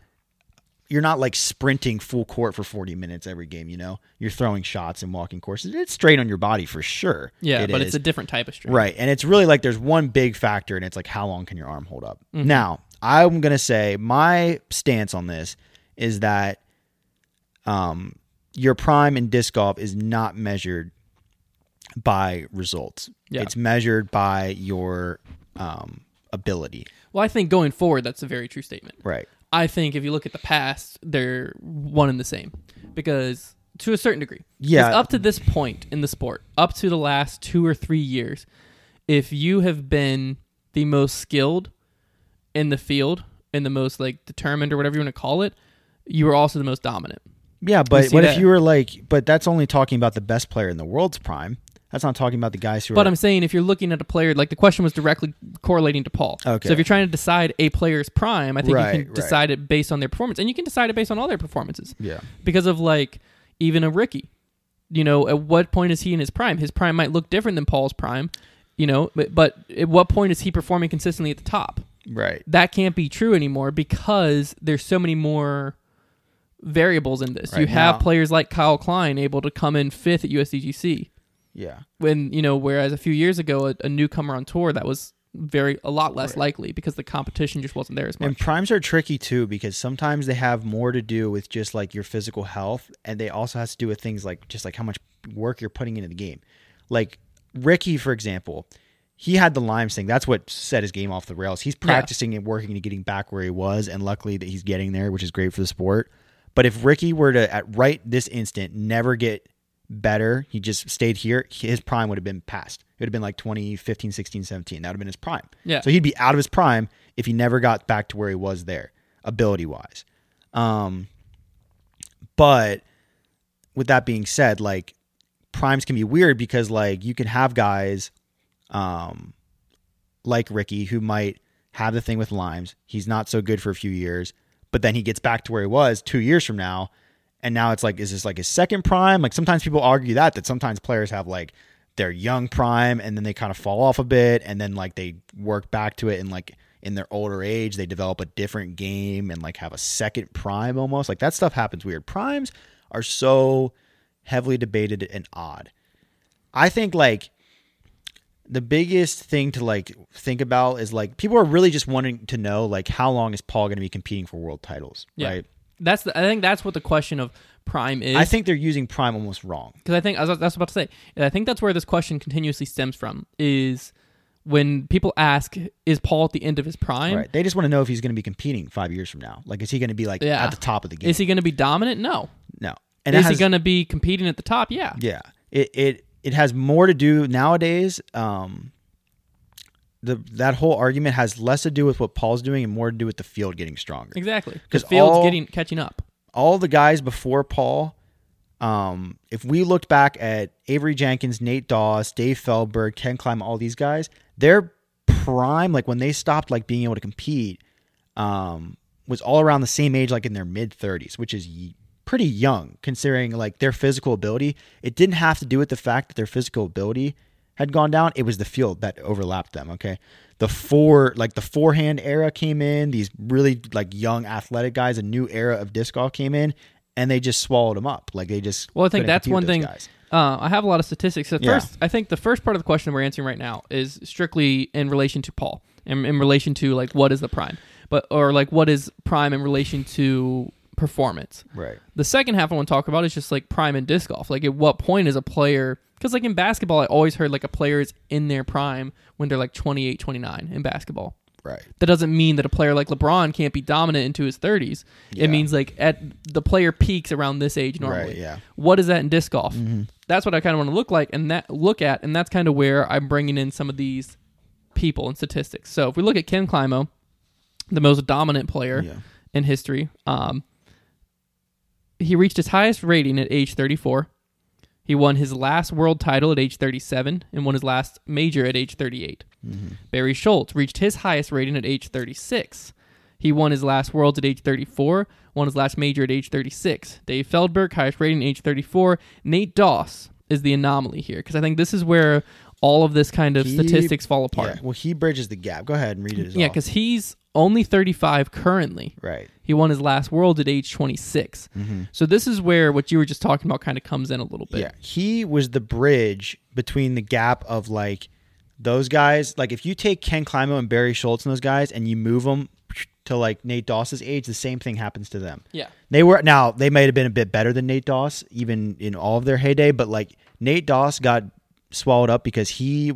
B: you're not like sprinting full court for 40 minutes every game. You know, you're throwing shots and walking courses. It's strain on your body for sure.
A: Yeah,
B: It
A: but
B: is.
A: it's a different type of strength.
B: Right. And it's really like there's one big factor, and it's like how long can your arm hold up?
A: Mm-hmm.
B: Now, I'm going to say my stance on this is that um, your prime in disc golf is not measured by results.
A: Yeah.
B: It's measured by your um, ability.
A: Well, I think going forward, that's a very true statement.
B: Right.
A: I think if you look at the past, they're one and the same because to a certain degree, 'Cause
B: Yeah.
A: up to this point in the sport, up to the last two or three years, if you have been the most skilled in the field and the most like determined or whatever you want to call it, you are also the most dominant.
B: Yeah, but
A: see
B: what if
A: that-
B: you were like, but that's only talking about the best player in the world's prime. That's not talking about the guys who
A: But
B: are.
A: I'm saying if you're looking at a player, like the question was directly correlating to Paul.
B: Okay.
A: So if you're trying to decide a player's prime, I think
B: Right,
A: you can
B: right.
A: decide it based on their performance, and you can decide it based on all their performances.
B: yeah.
A: because of like even a Ricky. You know, at what point is he in his prime? His prime might look different than Paul's prime. You know, but, but at what point is he performing consistently at the top?
B: Right.
A: That can't be true anymore because there's so many more variables in this. you
B: Right
A: have
B: now-
A: players like Kyle Klein able to come in fifth at USDGC
B: Yeah.
A: when you know, whereas a few years ago, a, a newcomer on tour that was very a lot less likely because the competition just wasn't there as much.
B: And primes are tricky too because sometimes they have more to do with just like your physical health, and they also has to do with things like just like how much work you're putting into the game. Like Ricky, for example, he had the limes thing. That's what set his game off the rails. He's practicing and working and getting back where he was, and luckily that he's getting there, which is great for the sport. But if Ricky were to at right this instant never get better, he just stayed here, his prime would have been past. It would have been like 2015, 16, 17. That would have been his prime.
A: Yeah.
B: So he'd be out of his prime if he never got back to where he was there, ability wise. Um, but with that being said, like primes can be weird because like you can have guys um like Ricky who might have the thing with limes. He's not so good for a few years, but then he gets back to where he was 2 years from now and now it's like is this like his second prime? Like sometimes people argue that that sometimes players have like their young prime and then they kind of fall off a bit and then like they work back to it and like in their older age they develop a different game and like have a second prime almost. Like that stuff happens weird. Primes are so heavily debated and odd. I think like the biggest thing to like think about is like people are really just wanting to know like how long is Paul going to be competing for world titles,
A: Yeah.
B: right?
A: That's the, I think that's what the question of prime is.
B: I think they're using prime almost wrong.
A: because I think as I was- that's what I was about to say. And I think that's where this question continuously stems from is when people ask, "Is Paul at the end of his prime?
B: Right. They just want to know if he's going to be competing five years from now. Like, is he going to be like
A: Yeah.
B: at the top of the game?
A: Is he going to be dominant? No.
B: no. And
A: is
B: it has,
A: he going to be competing at the top? Yeah.
B: Yeah. It it it has more to do nowadays. Um, the that whole argument has less to do with what Paul's doing and more to do with the field getting stronger.
A: Exactly.
B: 'Cause
A: Because field's
B: all-
A: getting catching up.
B: all the guys before Paul, um, if we looked back at Avery Jenkins, Nate Dawes, Dave Feldberg, Ken Klein, all these guys, their prime, like when they stopped like being able to compete, um, was all around the same age, like in their mid thirties, which is y- pretty young considering like their physical ability. It didn't have to do with the fact that their physical ability had gone down. It was the field that overlapped them. Okay, the four like the forehand era came in. These really like young athletic guys, a new era of disc golf came in, and they just swallowed them up. Like they just
A: Well, I think
B: couldn't
A: that's
B: compete
A: one
B: with those
A: thing.
B: guys.
A: Uh, I have a lot of statistics. So
B: Yeah.
A: first, I think the first part of the question we're answering right now is strictly in relation to Paul, in, in relation to like what is the prime, but or like what is prime in relation to performance.
B: Right.
A: The second half I want to talk about is just like prime in disc golf. Like, at what point is a player? Because like in basketball, I always heard like a player is in their prime when they're like 28, 29 in basketball.
B: Right.
A: That doesn't mean that a player like LeBron can't be dominant into his 30s.
B: Yeah.
A: It means like at the player peaks around this age normally.
B: Right. Yeah. Mm-hmm.
A: What is that in disc golf? That's what I kind of want to look like and that look at, and that's kind of where I'm bringing in some of these people and statistics. So if we look at Ken Climo, the most dominant player
B: Yeah.
A: in history, um, he reached his highest rating at age 34. He won his last world title at age 37 and won his last major at age 38.
B: Mm-hmm.
A: Barry Schultz reached his highest rating at age 36. He won his last Worlds at age 34, won his last major at age 36. Dave Feldberg, highest rating at age 34. Nate Doss is the anomaly here because I think this is where all of this kind of
B: He-
A: statistics fall
B: Yeah.
A: apart.
B: Well, he bridges the gap. Go ahead and read it. As
A: Yeah,
B: well.
A: because he's only 35 currently.
B: right. Mm-hmm.
A: He won his last World at age 26. So this is where what you were just talking about kind of comes in a little bit.
B: Yeah, he was the bridge between the gap of like those guys. Like if you take Ken Climo and Barry Schultz and those guys, and you move them to like Nate Doss's age, the same thing happens to them.
A: Yeah.
B: They were now they might have been a bit better than Nate Doss even in all of their heyday, but like Nate Doss got swallowed up because he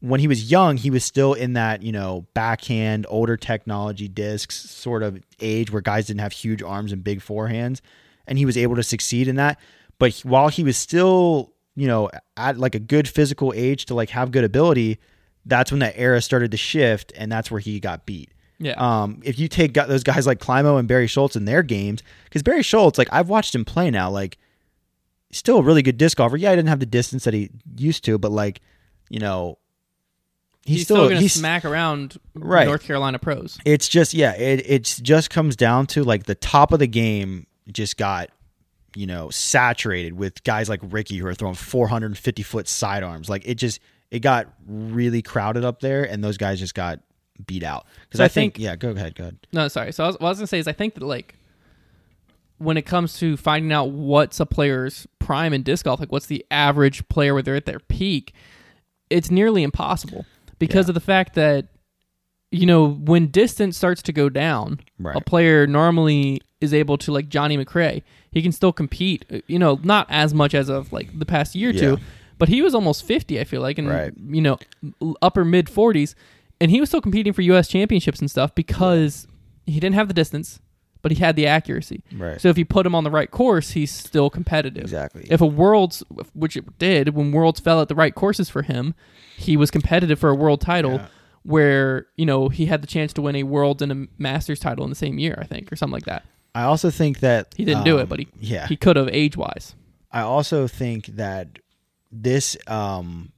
B: when he was young, he was still in that, you know, backhand, older technology discs sort of age where guys didn't have huge arms and big forehands. And he was able to succeed in that. But he- while he was still, you know, at like a good physical age to like have good ability, that's when that era started to shift. And that's where he got beat.
A: Yeah.
B: Um, if you take gu- those guys like Climo and Barry Schultz in their games, because Barry Schultz, like I've watched him play now, like still a really good disc golfer. Yeah, he didn't have the distance that he used to, but like, you know, he's,
A: he's still,
B: still,
A: going to
B: he's
A: smack around
B: Right.
A: North Carolina pros.
B: it's just yeah, it it's just comes down to like the top of the game just got you know saturated with guys like Ricky who are throwing 450 foot sidearms. Like it just it got really crowded up there, and those guys just got beat out. Because
A: So
B: I,
A: I
B: think,
A: think-
B: yeah, go ahead, go ahead.
A: No, sorry. So I was, what I was gonna say is I think that like when it comes to finding out what's a player's prime in disc golf, like what's the average player where they're at their peak, it's nearly impossible because of the fact that you know when distance starts to go down,
B: Right.
A: a player normally is able to like Johnny McRae, he can still compete. uh, You know, not as much as of like the past year or two,
B: Yeah.
A: but he was almost fifty. I feel like, and
B: Right.
A: you know, l- upper mid forties, and he was still competing for U.S. championships and stuff because he didn't have the distance, but he had the accuracy.
B: Right.
A: So if you put him on the right course, he's still competitive.
B: Exactly.
A: If a world's, which it did, when worlds fell at the right courses for him, he was competitive for a world title.
B: Yeah.
A: Where you know he had the chance to win a world and a masters title in the same year, I think, or something like that.
B: I also think that
A: He didn't do it,
B: um,
A: but he
B: yeah.
A: he could have age wise.
B: I also think that this um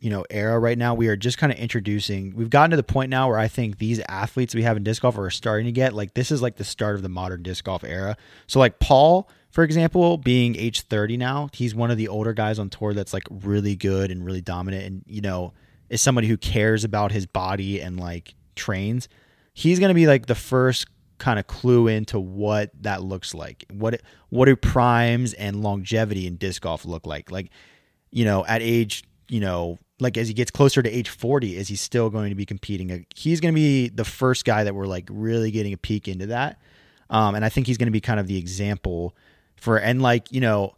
B: you know era right now we are just kind of introducing we've gotten to the point now where i think these athletes we have in disc golf are starting to get like this is like the start of the modern disc golf era so like paul for example being age 30 now he's one of the older guys on tour that's like really good and really dominant and you know is somebody who cares about his body and like trains he's going to be like the first kind of clue into what that looks like what what do primes and longevity in disc golf look like like you know, at age, you know, like as he gets closer to age 40, is he still going to be competing? He's going to be the first guy that we're like really getting a peek into that. Um, and I think he's going to be kind of the example for, and like, you know,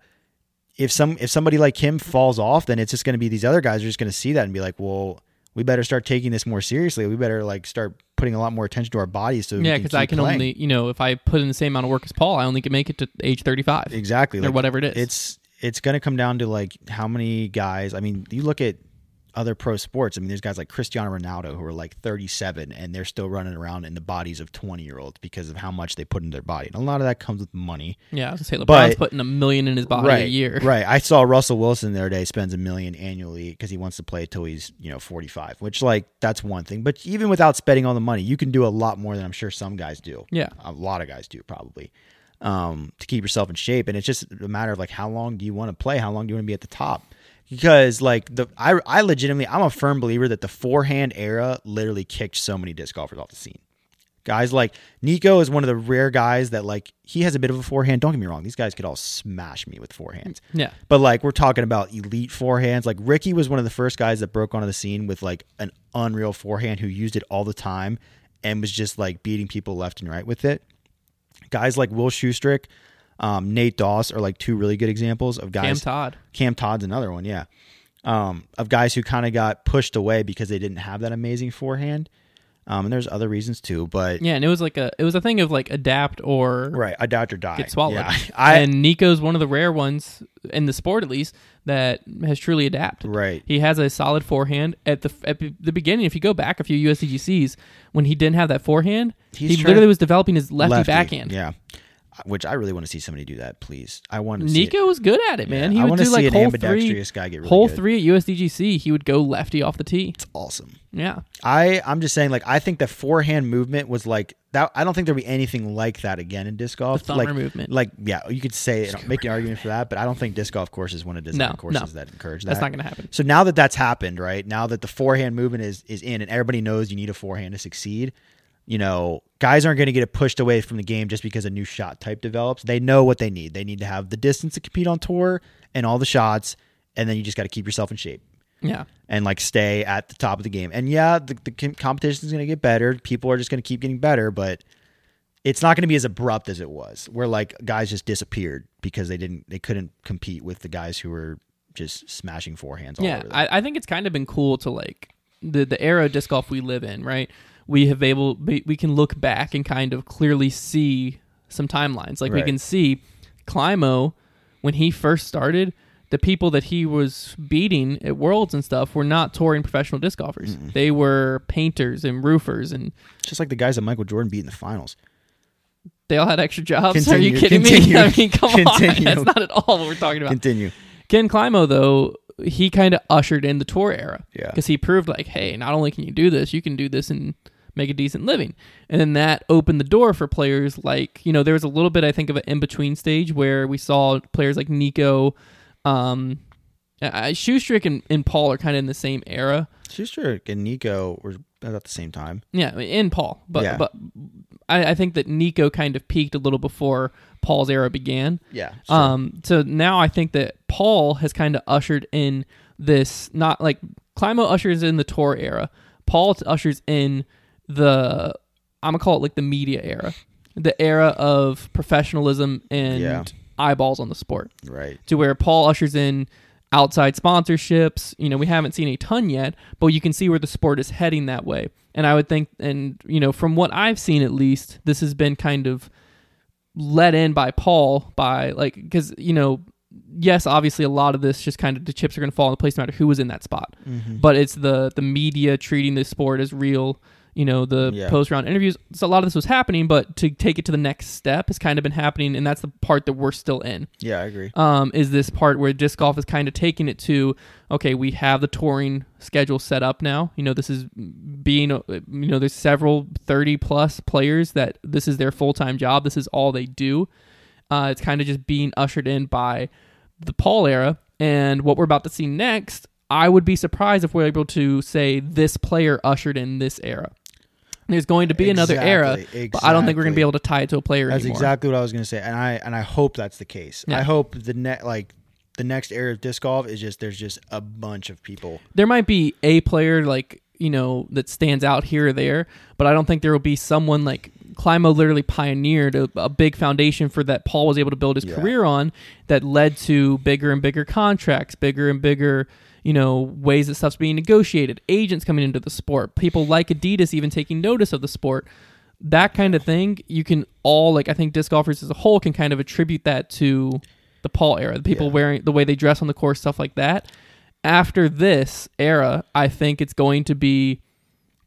B: if some, if somebody like him falls off, then it's just going to be these other guys are just going to see that and be like, well, we better start taking this more seriously. We better like start putting a lot more attention to our bodies. So
A: Yeah,
B: because
A: because I can
B: playing.
A: only, you know, if I put in the same amount of work as Paul, I only can make it to age 35
B: exactly
A: or
B: like,
A: whatever it is.
B: it's it's going to come down to like how many guys. I mean, you look at other pro sports. I mean, there's guys like Cristiano Ronaldo who are like 37 and they're still running around in the bodies of 20 year olds because of how much they put in their body. And a lot of that comes with money.
A: yeah, I was gonna say LeBron's
B: but-
A: putting a million in his body
B: right,
A: a year.
B: Right. I saw Russell Wilson the other day spends a million annually because he wants to play till he's you know 45, which like that's one thing. But even without spending all the money, you can do a lot more than I'm sure some guys do
A: Yeah,
B: a lot of guys do probably um, to keep yourself in shape and it's just a matter of like how long do you want to play how long do you want to be at the top because like the I, I legitimately i'm a firm believer that the forehand era literally kicked so many disc golfers off the scene guys like nico is one of the rare guys that like he has a bit of a forehand don't get me wrong these guys could all smash me with forehands
A: yeah,
B: but like we're talking about elite forehands. Like Ricky was one of the first guys that broke onto the scene with like an unreal forehand who used it all the time and was just like beating people left and right with it. Guys like Will Schustrick, um, Nate Doss are like two really good examples of
A: Cam
B: guys.
A: Todd.
B: Cam Todd's another one, yeah. Um, of guys who kind of got pushed away because they didn't have that amazing forehand. Um, and there's other reasons too, but
A: Yeah, and it was like a it was a thing of like adapt or
B: right, I doubt or die.
A: get swallowed.
B: Yeah, I
A: and Nico's one of the rare ones in the sport, at least, that has truly adapted.
B: Right.
A: He has a solid forehand at the at the beginning. If you go back a few USDGCs when he didn't have that forehand,
B: He's
A: he
B: trying-
A: literally was developing his lefty, backhand.
B: Yeah. Uh, Which I really want to see somebody do that, please. I want to see it.
A: Nico was good at it, man. He
B: Yeah, I
A: would
B: wanna
A: do
B: see
A: like
B: an
A: hole three,
B: ambidextrous guy get really
A: hole
B: good.
A: three at USDGC. He would go lefty off the tee.
B: It's awesome.
A: Yeah,
B: I I'm just saying like I think the forehand movement was like that. I don't think there'll be anything like that again in disc golf.
A: The thumber
B: like
A: movement.
B: Like yeah, you could say it, make an argument for that, but I don't think disc golf courses want to design
A: No,
B: courses
A: no.
B: that encourage that.
A: that's not going to happen.
B: So now that that's happened, right? Now that the forehand movement is is in, and everybody knows you need a forehand to succeed. You know, guys aren't going to get pushed away from the game just because a new shot type develops. They know what they need. They need to have the distance to compete on tour and all the shots, and then you just got to keep yourself in shape
A: Yeah,
B: and like stay at the top of the game. And yeah, the, the competition is going to get better. People are just going to keep getting better, but it's not going to be as abrupt as it was, where like guys just disappeared because they didn't, they couldn't compete with the guys who were just smashing forehands all
A: Yeah,
B: over. them.
A: I, I think it's kind of been cool to like the the era of disc golf we live in, right? We have able we we can look back and kind of clearly see some timelines. Like we
B: Right.
A: can see Climo when he first started. The people that he was beating at Worlds and stuff were not touring professional disc golfers. They were painters and roofers, and
B: just like the guys that Michael Jordan beat in the finals.
A: they all had extra jobs. Are you
B: Continue,
A: kidding
B: continue,
A: me? I mean, come on,
B: continue.
A: that's not at all what we're talking about.
B: Continue.
A: Ken Climo, though, he kind of ushered in the tour era.
B: Yeah.
A: Because he proved, like, hey, not only can you do this, you can do this and make a decent living. And then that opened the door for players like, you know, there was a little bit, I think, of an in between stage where we saw players like Nico, um, I, I- Shoestrick and, and Paul are kind of in the same era.
B: Schuster and Nico were about the same time.
A: Yeah, I mean, and Paul. But,
B: Yeah.
A: but I, I think that Nico kind of peaked a little before Paul's era began.
B: Yeah.
A: Um, so now I think that Paul has kind of ushered in this not like Climo ushers in the tour era. Paul t- ushers in the I'm gonna call it like the media era, the era of professionalism and
B: Yeah.
A: eyeballs on the sport.
B: right.
A: To where Paul ushers in outside sponsorships. You know, we haven't seen a ton yet, but you can see where the sport is heading that way. And I would think, and you know, from what I've seen at least, this has been kind of let in by Paul by like because you know yes obviously a lot of this just kind of the chips are going to fall into place no matter who was in that spot
B: Mm-hmm.
A: but it's the the media treating the sport as real you know the
B: Yeah.
A: post round interviews so a lot of this was happening but to take it to the next step has kind of been happening and that's the part that we're still in
B: Yeah, I agree.
A: um, is this part where disc golf is kind of taking it to okay we have the touring schedule set up now you know this is being uh, you know there's several 30 plus players that this is their full-time job this is all they do uh, it's kind of just being ushered in by the paul era and what we're about to see next i would be surprised if we're able to say this player ushered in this era there's going to be another era
B: Exactly,
A: but i don't think we're going to be
B: exactly.
A: able to tie it to a player
B: That's
A: anymore
B: exactly what I was going to say, and I and I hope that's the case.
A: Yeah.
B: I hope the net like the next era of disc golf is just there's just a bunch of people.
A: there might be a player like you know that stands out here or there, but I don't think there will be someone like Climo literally pioneered a, a big foundation for that Paul was able to build his
B: Yeah.
A: career on that led to bigger and bigger contracts, bigger and bigger you know ways that stuff's being negotiated, agents coming into the sport, people like Adidas even taking notice of the sport. That kind of thing, you can all like. I think disc golfers as a whole can kind of attribute that to the Paul era, the people
B: Yeah.
A: wearing the way they dress on the course, stuff like that after this era, I think it's going to be,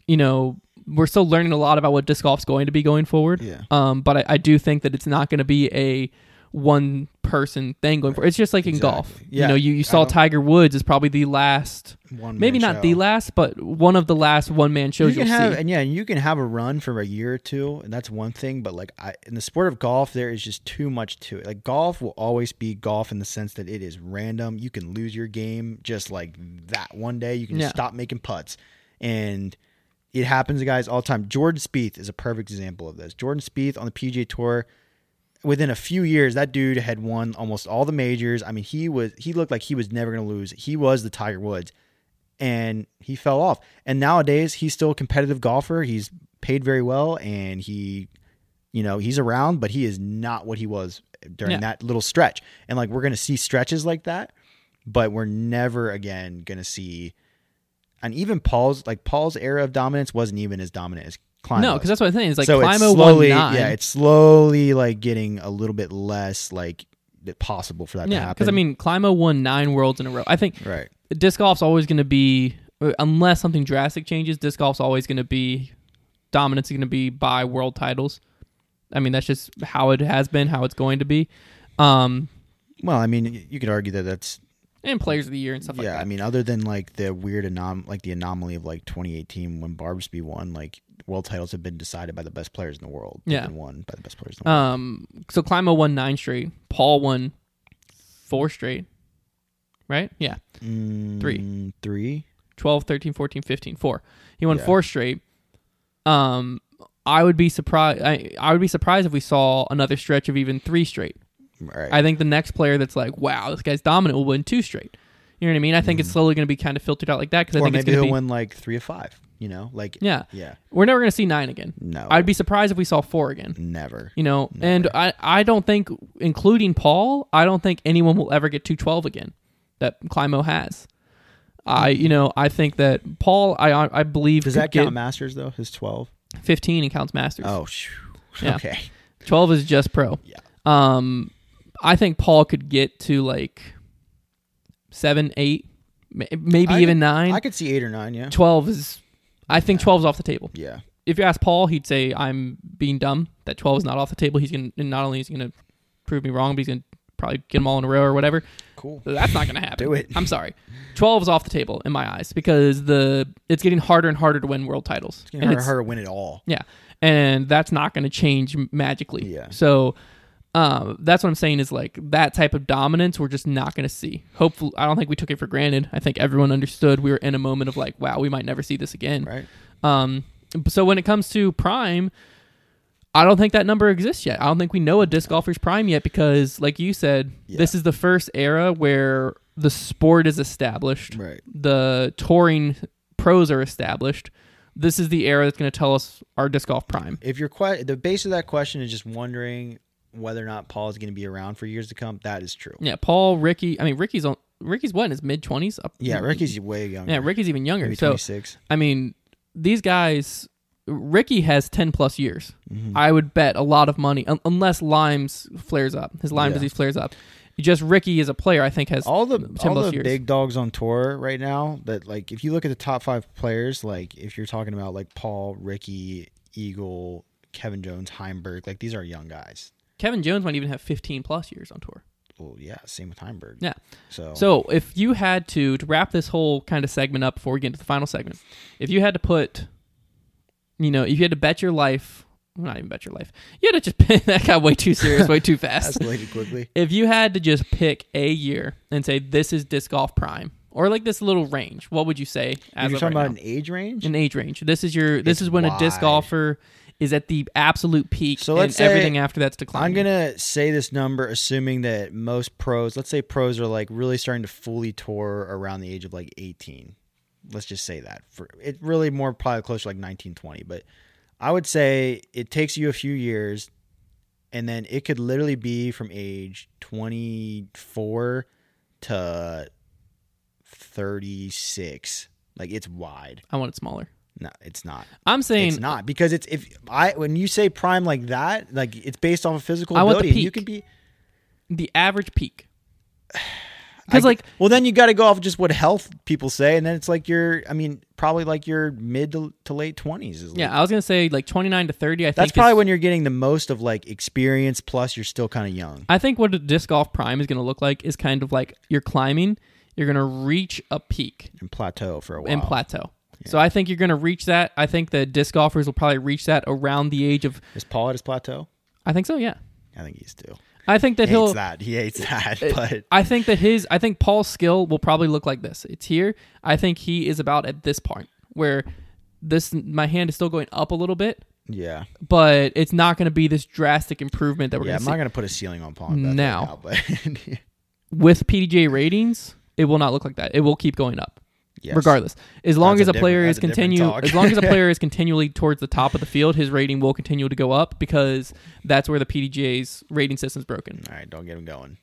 A: you know, we're still learning a lot about what disc golf's going to be going forward.
B: Yeah.
A: Um, but I, I do think that it's not going to be a one person thing going forward. It's just like in golf.
B: Exactly.
A: You
B: Yeah.
A: know, you, you
B: I
A: saw
B: don't-
A: Tiger Woods is probably the last,
B: One
A: maybe
B: man
A: not
B: show.
A: the last, but one of the last one man
B: You
A: shows you
B: can
A: will
B: have
A: see.
B: and yeah, and you can have a run for a year or two, and that's one thing. But like I, in the sport of golf, there is just too much to it. Like golf will always be golf in the sense that it is random. You can lose your game just like that one day. You can
A: Yeah.
B: just stop making putts, and it happens to guys all the time. Jordan Spieth is a perfect example of this. Jordan Spieth on the PGA Tour, within a few years, that dude had won almost all the majors. I mean, he was he looked like he was never going to lose. He was the Tiger Woods, and he fell off. And nowadays, he's still a competitive golfer. He's paid very well, and he, you know, he's around, but he is not what he was during
A: Yeah.
B: that little stretch. And like we're going to see stretches like that, but we're never again going to see. And even Paul's like Paul's era of dominance wasn't even as dominant as Klein.
A: No,
B: was
A: because that's what I'm saying. It's like
B: so
A: Climo
B: it's slowly,
A: won nine.
B: yeah, it's slowly like getting a little bit less like th- possible for that to
A: yeah,
B: happen.
A: because I mean, Climo won nine worlds in a row. I think
B: right?
A: disc golf's always going to be uh, unless something drastic changes disc golf's always going to be dominance is going to be by world titles i mean that's just how it has been how it's going to be um
B: Well, I mean, y- you could argue that that's
A: and players of the year and stuff
B: yeah. I
A: like that
B: mean, other than like the weird anom like the anomaly of like 2018 when Barbsby won, like world titles have been decided by the best players in the world. They've
A: Yeah.
B: been won by the best players in the world.
A: um so climo won nine straight paul won four straight right yeah three.
B: Mm, three.
A: 12 13 14 15 4 he won
B: Yeah.
A: four straight um i would be surprised I, I would be surprised if we saw another stretch of even three straight
B: All right.
A: I think the next player that's like, wow, this guy's dominant will win two straight. You know what I mean? I think it's slowly going to be kind of filtered out like that because I
B: or
A: think it's
B: maybe
A: going to be.
B: he'll win like three or five. You know, like
A: Yeah,
B: yeah.
A: we're never going to see nine again.
B: No,
A: I'd be surprised if we saw four again.
B: never.
A: You know, and I, I don't think, including Paul, I don't think anyone will ever get two twelve again. that Climo has. I you know I think that Paul I I believe
B: Hmm. Does
A: could
B: that count Masters though? His twelve.
A: get 15 and counts masters.
B: Oh, phew.
A: Yeah.
B: okay.
A: 12 is just pro.
B: Yeah.
A: Um, I think Paul could get to like seven, eight, ma- maybe
B: I
A: even
B: could-
A: nine.
B: I could see eight or nine. Yeah.
A: 12 is, I think 12 is off the table.
B: Yeah.
A: If you ask Paul, he'd say I'm being dumb. That 12 is not off the table. He's gonna and not only is he gonna prove me wrong, but he's gonna probably get them all in a row or whatever.
B: Cool.
A: That's not gonna happen.
B: Do it.
A: I'm sorry. 12 is off the table in my eyes because the it's getting harder and harder to win world titles.
B: It's gonna
A: And
B: hurt
A: it's-
B: her to win it all.
A: yeah. And that's not going to change m- magically.
B: Yeah.
A: So um, that's what I'm saying is like that type of dominance we're just not going to see. Hopefully, I don't think we took it for granted. I think everyone understood we were in a moment of like, wow, we might never see this again.
B: Right.
A: Um, so when it comes to prime, I don't think that number exists yet. I don't think we know a disc golfer's prime yet because, like you said,
B: Yeah.
A: this is the first era where the sport is established
B: Right.
A: the touring pros are established. This is the era that's going to tell us our disc golf prime.
B: If your que- the base of that question is just wondering whether or not Paul is going to be around for years to come, that is true.
A: Yeah, Paul, Ricky. I mean, Ricky's on. Ricky's what in his mid twenties?
B: Yeah, Ricky's way younger.
A: Mm-hmm. Yeah, Ricky's even younger.
B: maybe
A: so
B: twenty six.
A: I mean, these guys. Ricky has ten plus years.
B: Mm-hmm.
A: I would bet a lot of money, un- unless Limes flares up. His Lyme
B: Yeah. Oh.
A: disease flares up. Just Ricky as a player, I think has
B: All the
A: 10
B: all
A: plus
B: the
A: years.
B: big dogs on tour right now. That like, if you look at the top five players, like if you're talking about like Paul, Ricky, Eagle, Kevin Jones, Heimberg, like these are young guys.
A: Kevin Jones might even have fifteen plus years on tour.
B: Well, yeah, same with Heimberg.
A: Yeah.
B: So,
A: So, if you had to to wrap this whole kind of segment up before we get into the final segment, if you had to put, you know, if you had to bet your life, well, not even bet your life, you had to just pick, that got way too serious, way too fast.
B: escalated quickly.
A: If you had to just pick a year and say this is disc golf prime, or like this little range, what would you say?
B: If
A: As
B: you're
A: of
B: talking
A: right
B: about
A: now?
B: an age range,
A: an age range. This is your. This
B: It's
A: is when a disc
B: wide.
A: golfer is at the absolute peak,
B: So
A: and
B: let's say-
A: everything after that's
B: I'm
A: declining.
B: gonna say this number, assuming that most pros, let's say pros are like really starting to fully tour around the age of like 18. Let's just say that for it really more probably closer to like 19, 20. But I would say it takes you a few years, and then it could literally be from age 24 to 36. Like it's wide.
A: I want it smaller.
B: No, it's not.
A: I'm saying
B: It's not because it's if I when you say prime like that, like it's based off of physical
A: I want the
B: ability. and You
A: peak.
B: can be
A: the average peak. Because
B: I-
A: like
B: well, then you got to go off just what health people say, and then it's like your, I mean, probably like your mid to, to late twenties is. Like,
A: Yeah, I was gonna say like 29 to 30. I think
B: that's
A: is-
B: probably when you're getting the most of like experience. Plus, you're still kind of young.
A: I think what a disc golf prime is gonna look like is kind of like you're climbing, you're gonna reach a peak
B: and plateau for a while.
A: and plateau. So I think you're gonna reach that. I think the disc golfers will probably reach that around the age of.
B: is Paul at his plateau?
A: I think so. Yeah,
B: I think he's too.
A: I think that
B: He hates
A: he'll.
B: that. He hates that. but
A: I think that his. I think Paul's skill will probably look like this. It's here. I think he is about at this point where this my hand is still going up a little bit,
B: yeah,
A: but it's not going to be this drastic improvement that we're going
B: yeah. I'm
A: to see.
B: not gonna put a ceiling on Paul and Beth right
A: Now.
B: now, but
A: with PDJ ratings, it will not look like that. It will keep going up.
B: Yes.
A: Regardless, as long
B: That's
A: as
B: a
A: a player
B: different-
A: is
B: that's a different
A: continue,
B: talk.
A: as long as a player is continually towards the top of the field, his rating will continue to go up because that's where the PDGA's rating system's broken.
B: All right, don't get him going.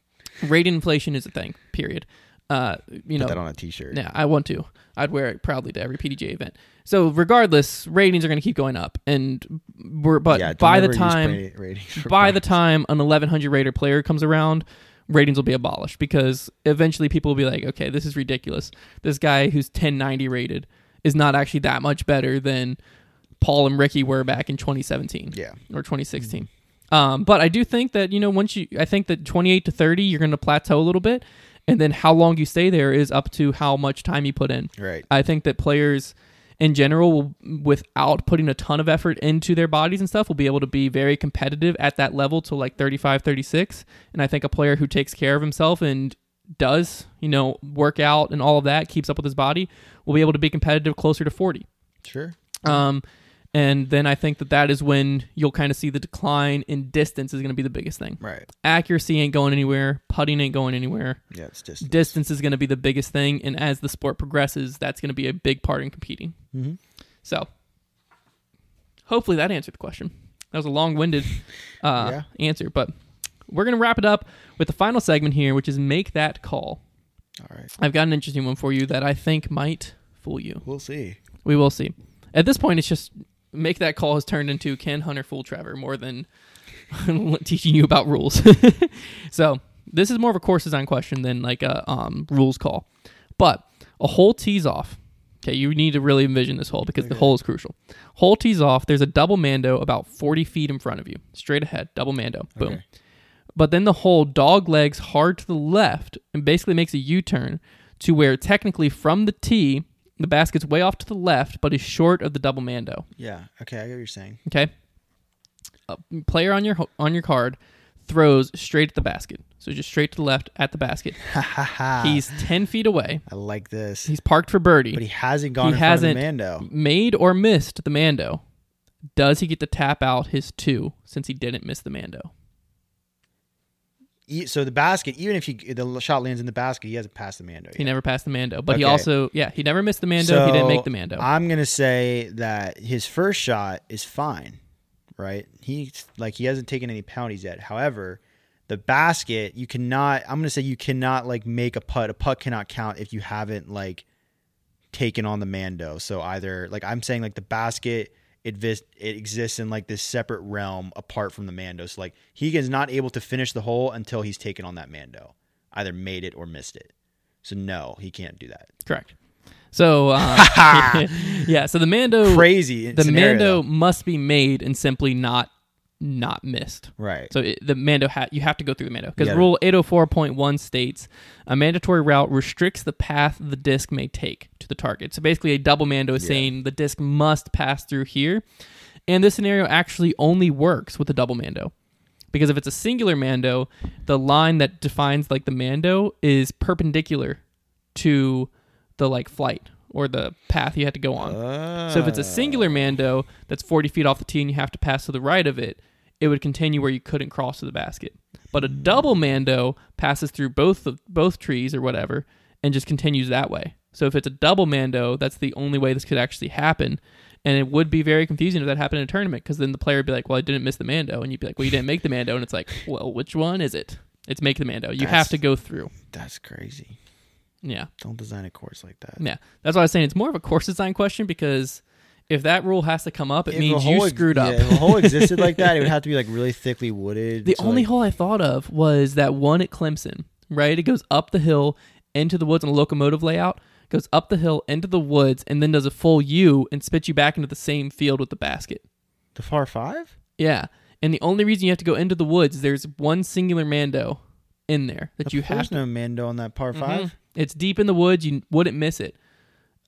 A: Rating inflation is a thing. Period. Uh, you
B: Put
A: know,
B: that on a t-shirt.
A: yeah, I want to. I'd wear it proudly to every PDGA event. So regardless, ratings are going to keep going up, and we're but
B: Yeah, don't
A: by the
B: ever use
A: time
B: ra- ratings for
A: by
B: Paul.
A: the time an 1100 rated player comes around ratings will be abolished because eventually people will be like okay this is ridiculous this guy who's 1090 rated is not actually that much better than paul and ricky were back in 2017
B: yeah.
A: or 2016 um, but i do think that you know once you i think that 28 to 30 you're going to plateau a little bit and then how long you stay there is up to how much time you put in
B: Right.
A: I think that players in general, will, without putting a ton of effort into their bodies and stuff, will be able to be very competitive at that level to like 35, 36. And I think a player who takes care of himself and does, you know, work out and all of that, keeps up with his body, will be able to be competitive closer to 40.
B: Sure.
A: Um, and then I think that that is when you'll kind of see the decline in distance is going to be the biggest thing.
B: Right.
A: Accuracy ain't going anywhere. Putting ain't going anywhere
B: Yeah, it's just
A: distance is going to be the biggest thing and as the sport progresses that's going to be a big part in competing
B: Mhm.
A: so hopefully that answered the question that was a long-winded uh, answer but we're going to wrap it up with the final segment here which is make that call
B: All right.
A: I've got an interesting one for you that I think might fool you.
B: We'll see.
A: We will see. At this point, it's just make that call has turned into can Hunter fool Trevor more than teaching you about rules. so this is more of a course design question than like a um, rules call. But a hole tees off. Okay, you need to really envision this hole because the hole is crucial. Hole tees off. There's a double mando about 40 feet in front of you, straight ahead, double mando. Boom.
B: Okay.
A: But then the hole dog legs hard to the left and basically makes a U turn to where technically from the tee, the basket's way off to the left, but is short of the double mando.
B: Yeah. Okay. I get what you're saying.
A: Okay. A player on your ho- on your card throws straight at the basket. So just straight to the left at the basket.
B: Ha ha ha.
A: He's 10 feet away.
B: I like this.
A: He's parked for birdie.
B: Ah. But he hasn't gone
A: he
B: in
A: hasn't
B: front of Mando.
A: made or missed the Mando. Does he get to tap out his two since he didn't miss the Mando?
B: E- So the basket, even if he the shot lands in the basket, he hasn't passed the Mando
A: He
B: yet.
A: never passed the Mando, but he
B: Okay.
A: also yeah he never missed the Mando. he didn't
B: So
A: make the Mando.
B: I'm gonna say that his first shot is fine, right? He's like he hasn't taken any penalties yet. However, the basket you cannot. I'm gonna say you cannot like make a putt. A putt cannot count if you haven't like taken on the Mando. So either like I'm saying like the basket. It, vis- it exists in like this separate realm apart from the Mando. So like he is not able to finish the hole until he's taken on that Mando, either made it or missed it. So no, he can't do that.
A: Correct. So uh, yeah, so the Mando
B: Crazy.
A: the
B: scenario, though.
A: Mando must be made and simply not not missed.
B: Right.
A: So it, the Mando hat you have to go through the Mando because
B: Yeah.
A: Rule 804.1 states a mandatory route restricts the path the disc may take to the target. So basically, a double Mando is saying the disc must pass through here, and this scenario actually only works with a double Mando because if it's a singular Mando, the line that defines like the Mando is perpendicular to the like flight or the path you had to go on. So
B: Oh,
A: if it's a
B: Uh.
A: singular Mando that's 40 feet off the tee and you have to pass to the right of it, it would continue where you couldn't cross to the basket. But a double Mando passes through both of both trees or whatever and just continues that way. So if it's a double Mando, that's the only way this could actually happen. And it would be very confusing if that happened in a tournament because then the player would be like, well, I didn't miss the Mando. And you'd be like, well, you didn't make the Mando. And it's like, well, which one is it? It's make the Mando. You have
B: That's-
A: to go through.
B: That's crazy.
A: Yeah.
B: Don't design a course like that.
A: Yeah, that's why I was saying it's more of a course design question because if that rule has to come up, it
B: If
A: means
B: a
A: you
B: hole ex-
A: screwed
B: yeah,
A: up.
B: if a hole existed like that, it would have to be like really thickly wooded.
A: the
B: so,
A: only
B: like,
A: hole I thought of was that one at Clemson, right? It goes up the hill into the woods on a locomotive layout, goes up the hill into the woods, and then does a full U and spits you back into the same field with the basket.
B: the par five.
A: Yeah, and the only reason you have to go into the woods, there's one singular Mando in there that you have
B: There's no Mando on that par
A: Mhm.
B: five.
A: It's deep in the woods. You wouldn't miss it.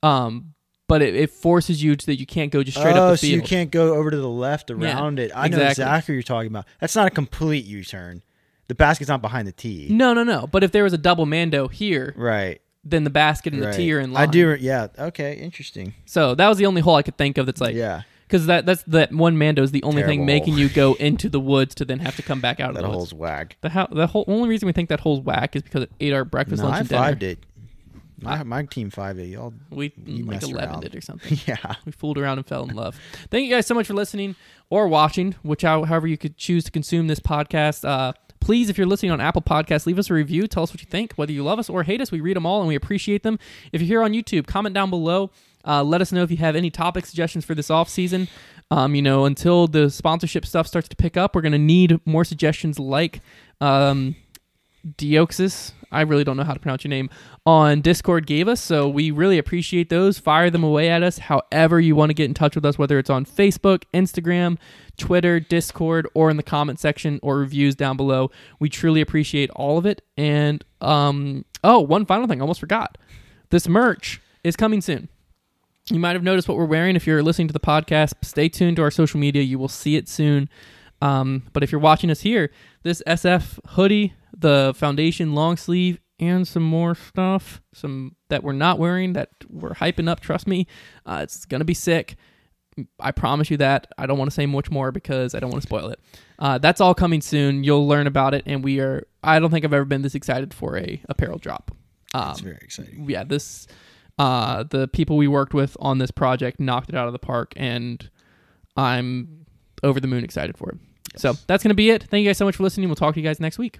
A: Um, but it, it forces you to that you can't go just straight
B: oh,
A: up the
B: so
A: field.
B: you can't go over to the left around it. I know
A: exactly.
B: exactly what you're talking about. That's not a complete U-turn. The basket's not behind the tee.
A: No, no, no. But if there was a double Mando here,
B: Right.
A: then the basket and
B: right.
A: the tee are in
B: I
A: line.
B: do. re- Yeah. Okay. Interesting.
A: So that was the only hole I could think of that's like,
B: yeah.
A: because that that's that one Mando is the only
B: Terrible
A: thing making you go into the woods to then have to come back out of
B: That
A: the woods.
B: hole's whack.
A: The ho- the whole only reason we think that hole's whack is because it ate our breakfast,
B: No,
A: lunch,
B: I
A: and dinner.
B: fived it. My, my team five it. Y'all.
A: We
B: You
A: like
B: messed
A: eleven
B: around.
A: did or something.
B: Yeah.
A: We fooled around and fell in love. Thank you guys so much for listening or watching, which how- however you could choose to consume this podcast. Uh, please, if you're listening on Apple Podcasts, leave us a review. Tell us what you think, whether you love us or hate us. We read them all and we appreciate them. If you're here on YouTube, comment down below. Uh, let us know if you have any topic suggestions for this off season. Um, you know, until the sponsorship stuff starts to pick up, we're going to need more suggestions like um, Deoxys, I really don't know how to pronounce your name, on Discord gave us. So we really appreciate those. Fire them away at us however you want to get in touch with us, whether it's on Facebook, Instagram, Twitter, Discord, or in the comment section or reviews down below. We truly appreciate all of it. And um, oh, one final thing, I almost forgot. This merch is coming soon. You might have noticed what we're wearing if you're listening to the podcast. Stay tuned to our social media. You will see it soon. Um, but if you're watching us here, this SF hoodie, the foundation long sleeve, and some more stuff, some that we're not wearing that we're hyping up. Trust me, uh, it's gonna be sick. I promise you that. I don't want to say much more because I don't want to spoil it. Uh, that's all coming soon. You'll learn about it, and we are. I don't think I've ever been this excited for a apparel drop. Um,
B: It's very exciting.
A: yeah, this uh the people we worked with on this project knocked it out of the park and I'm over the moon excited for it. So that's gonna be it. Thank you guys so much for listening. We'll talk to you guys next week.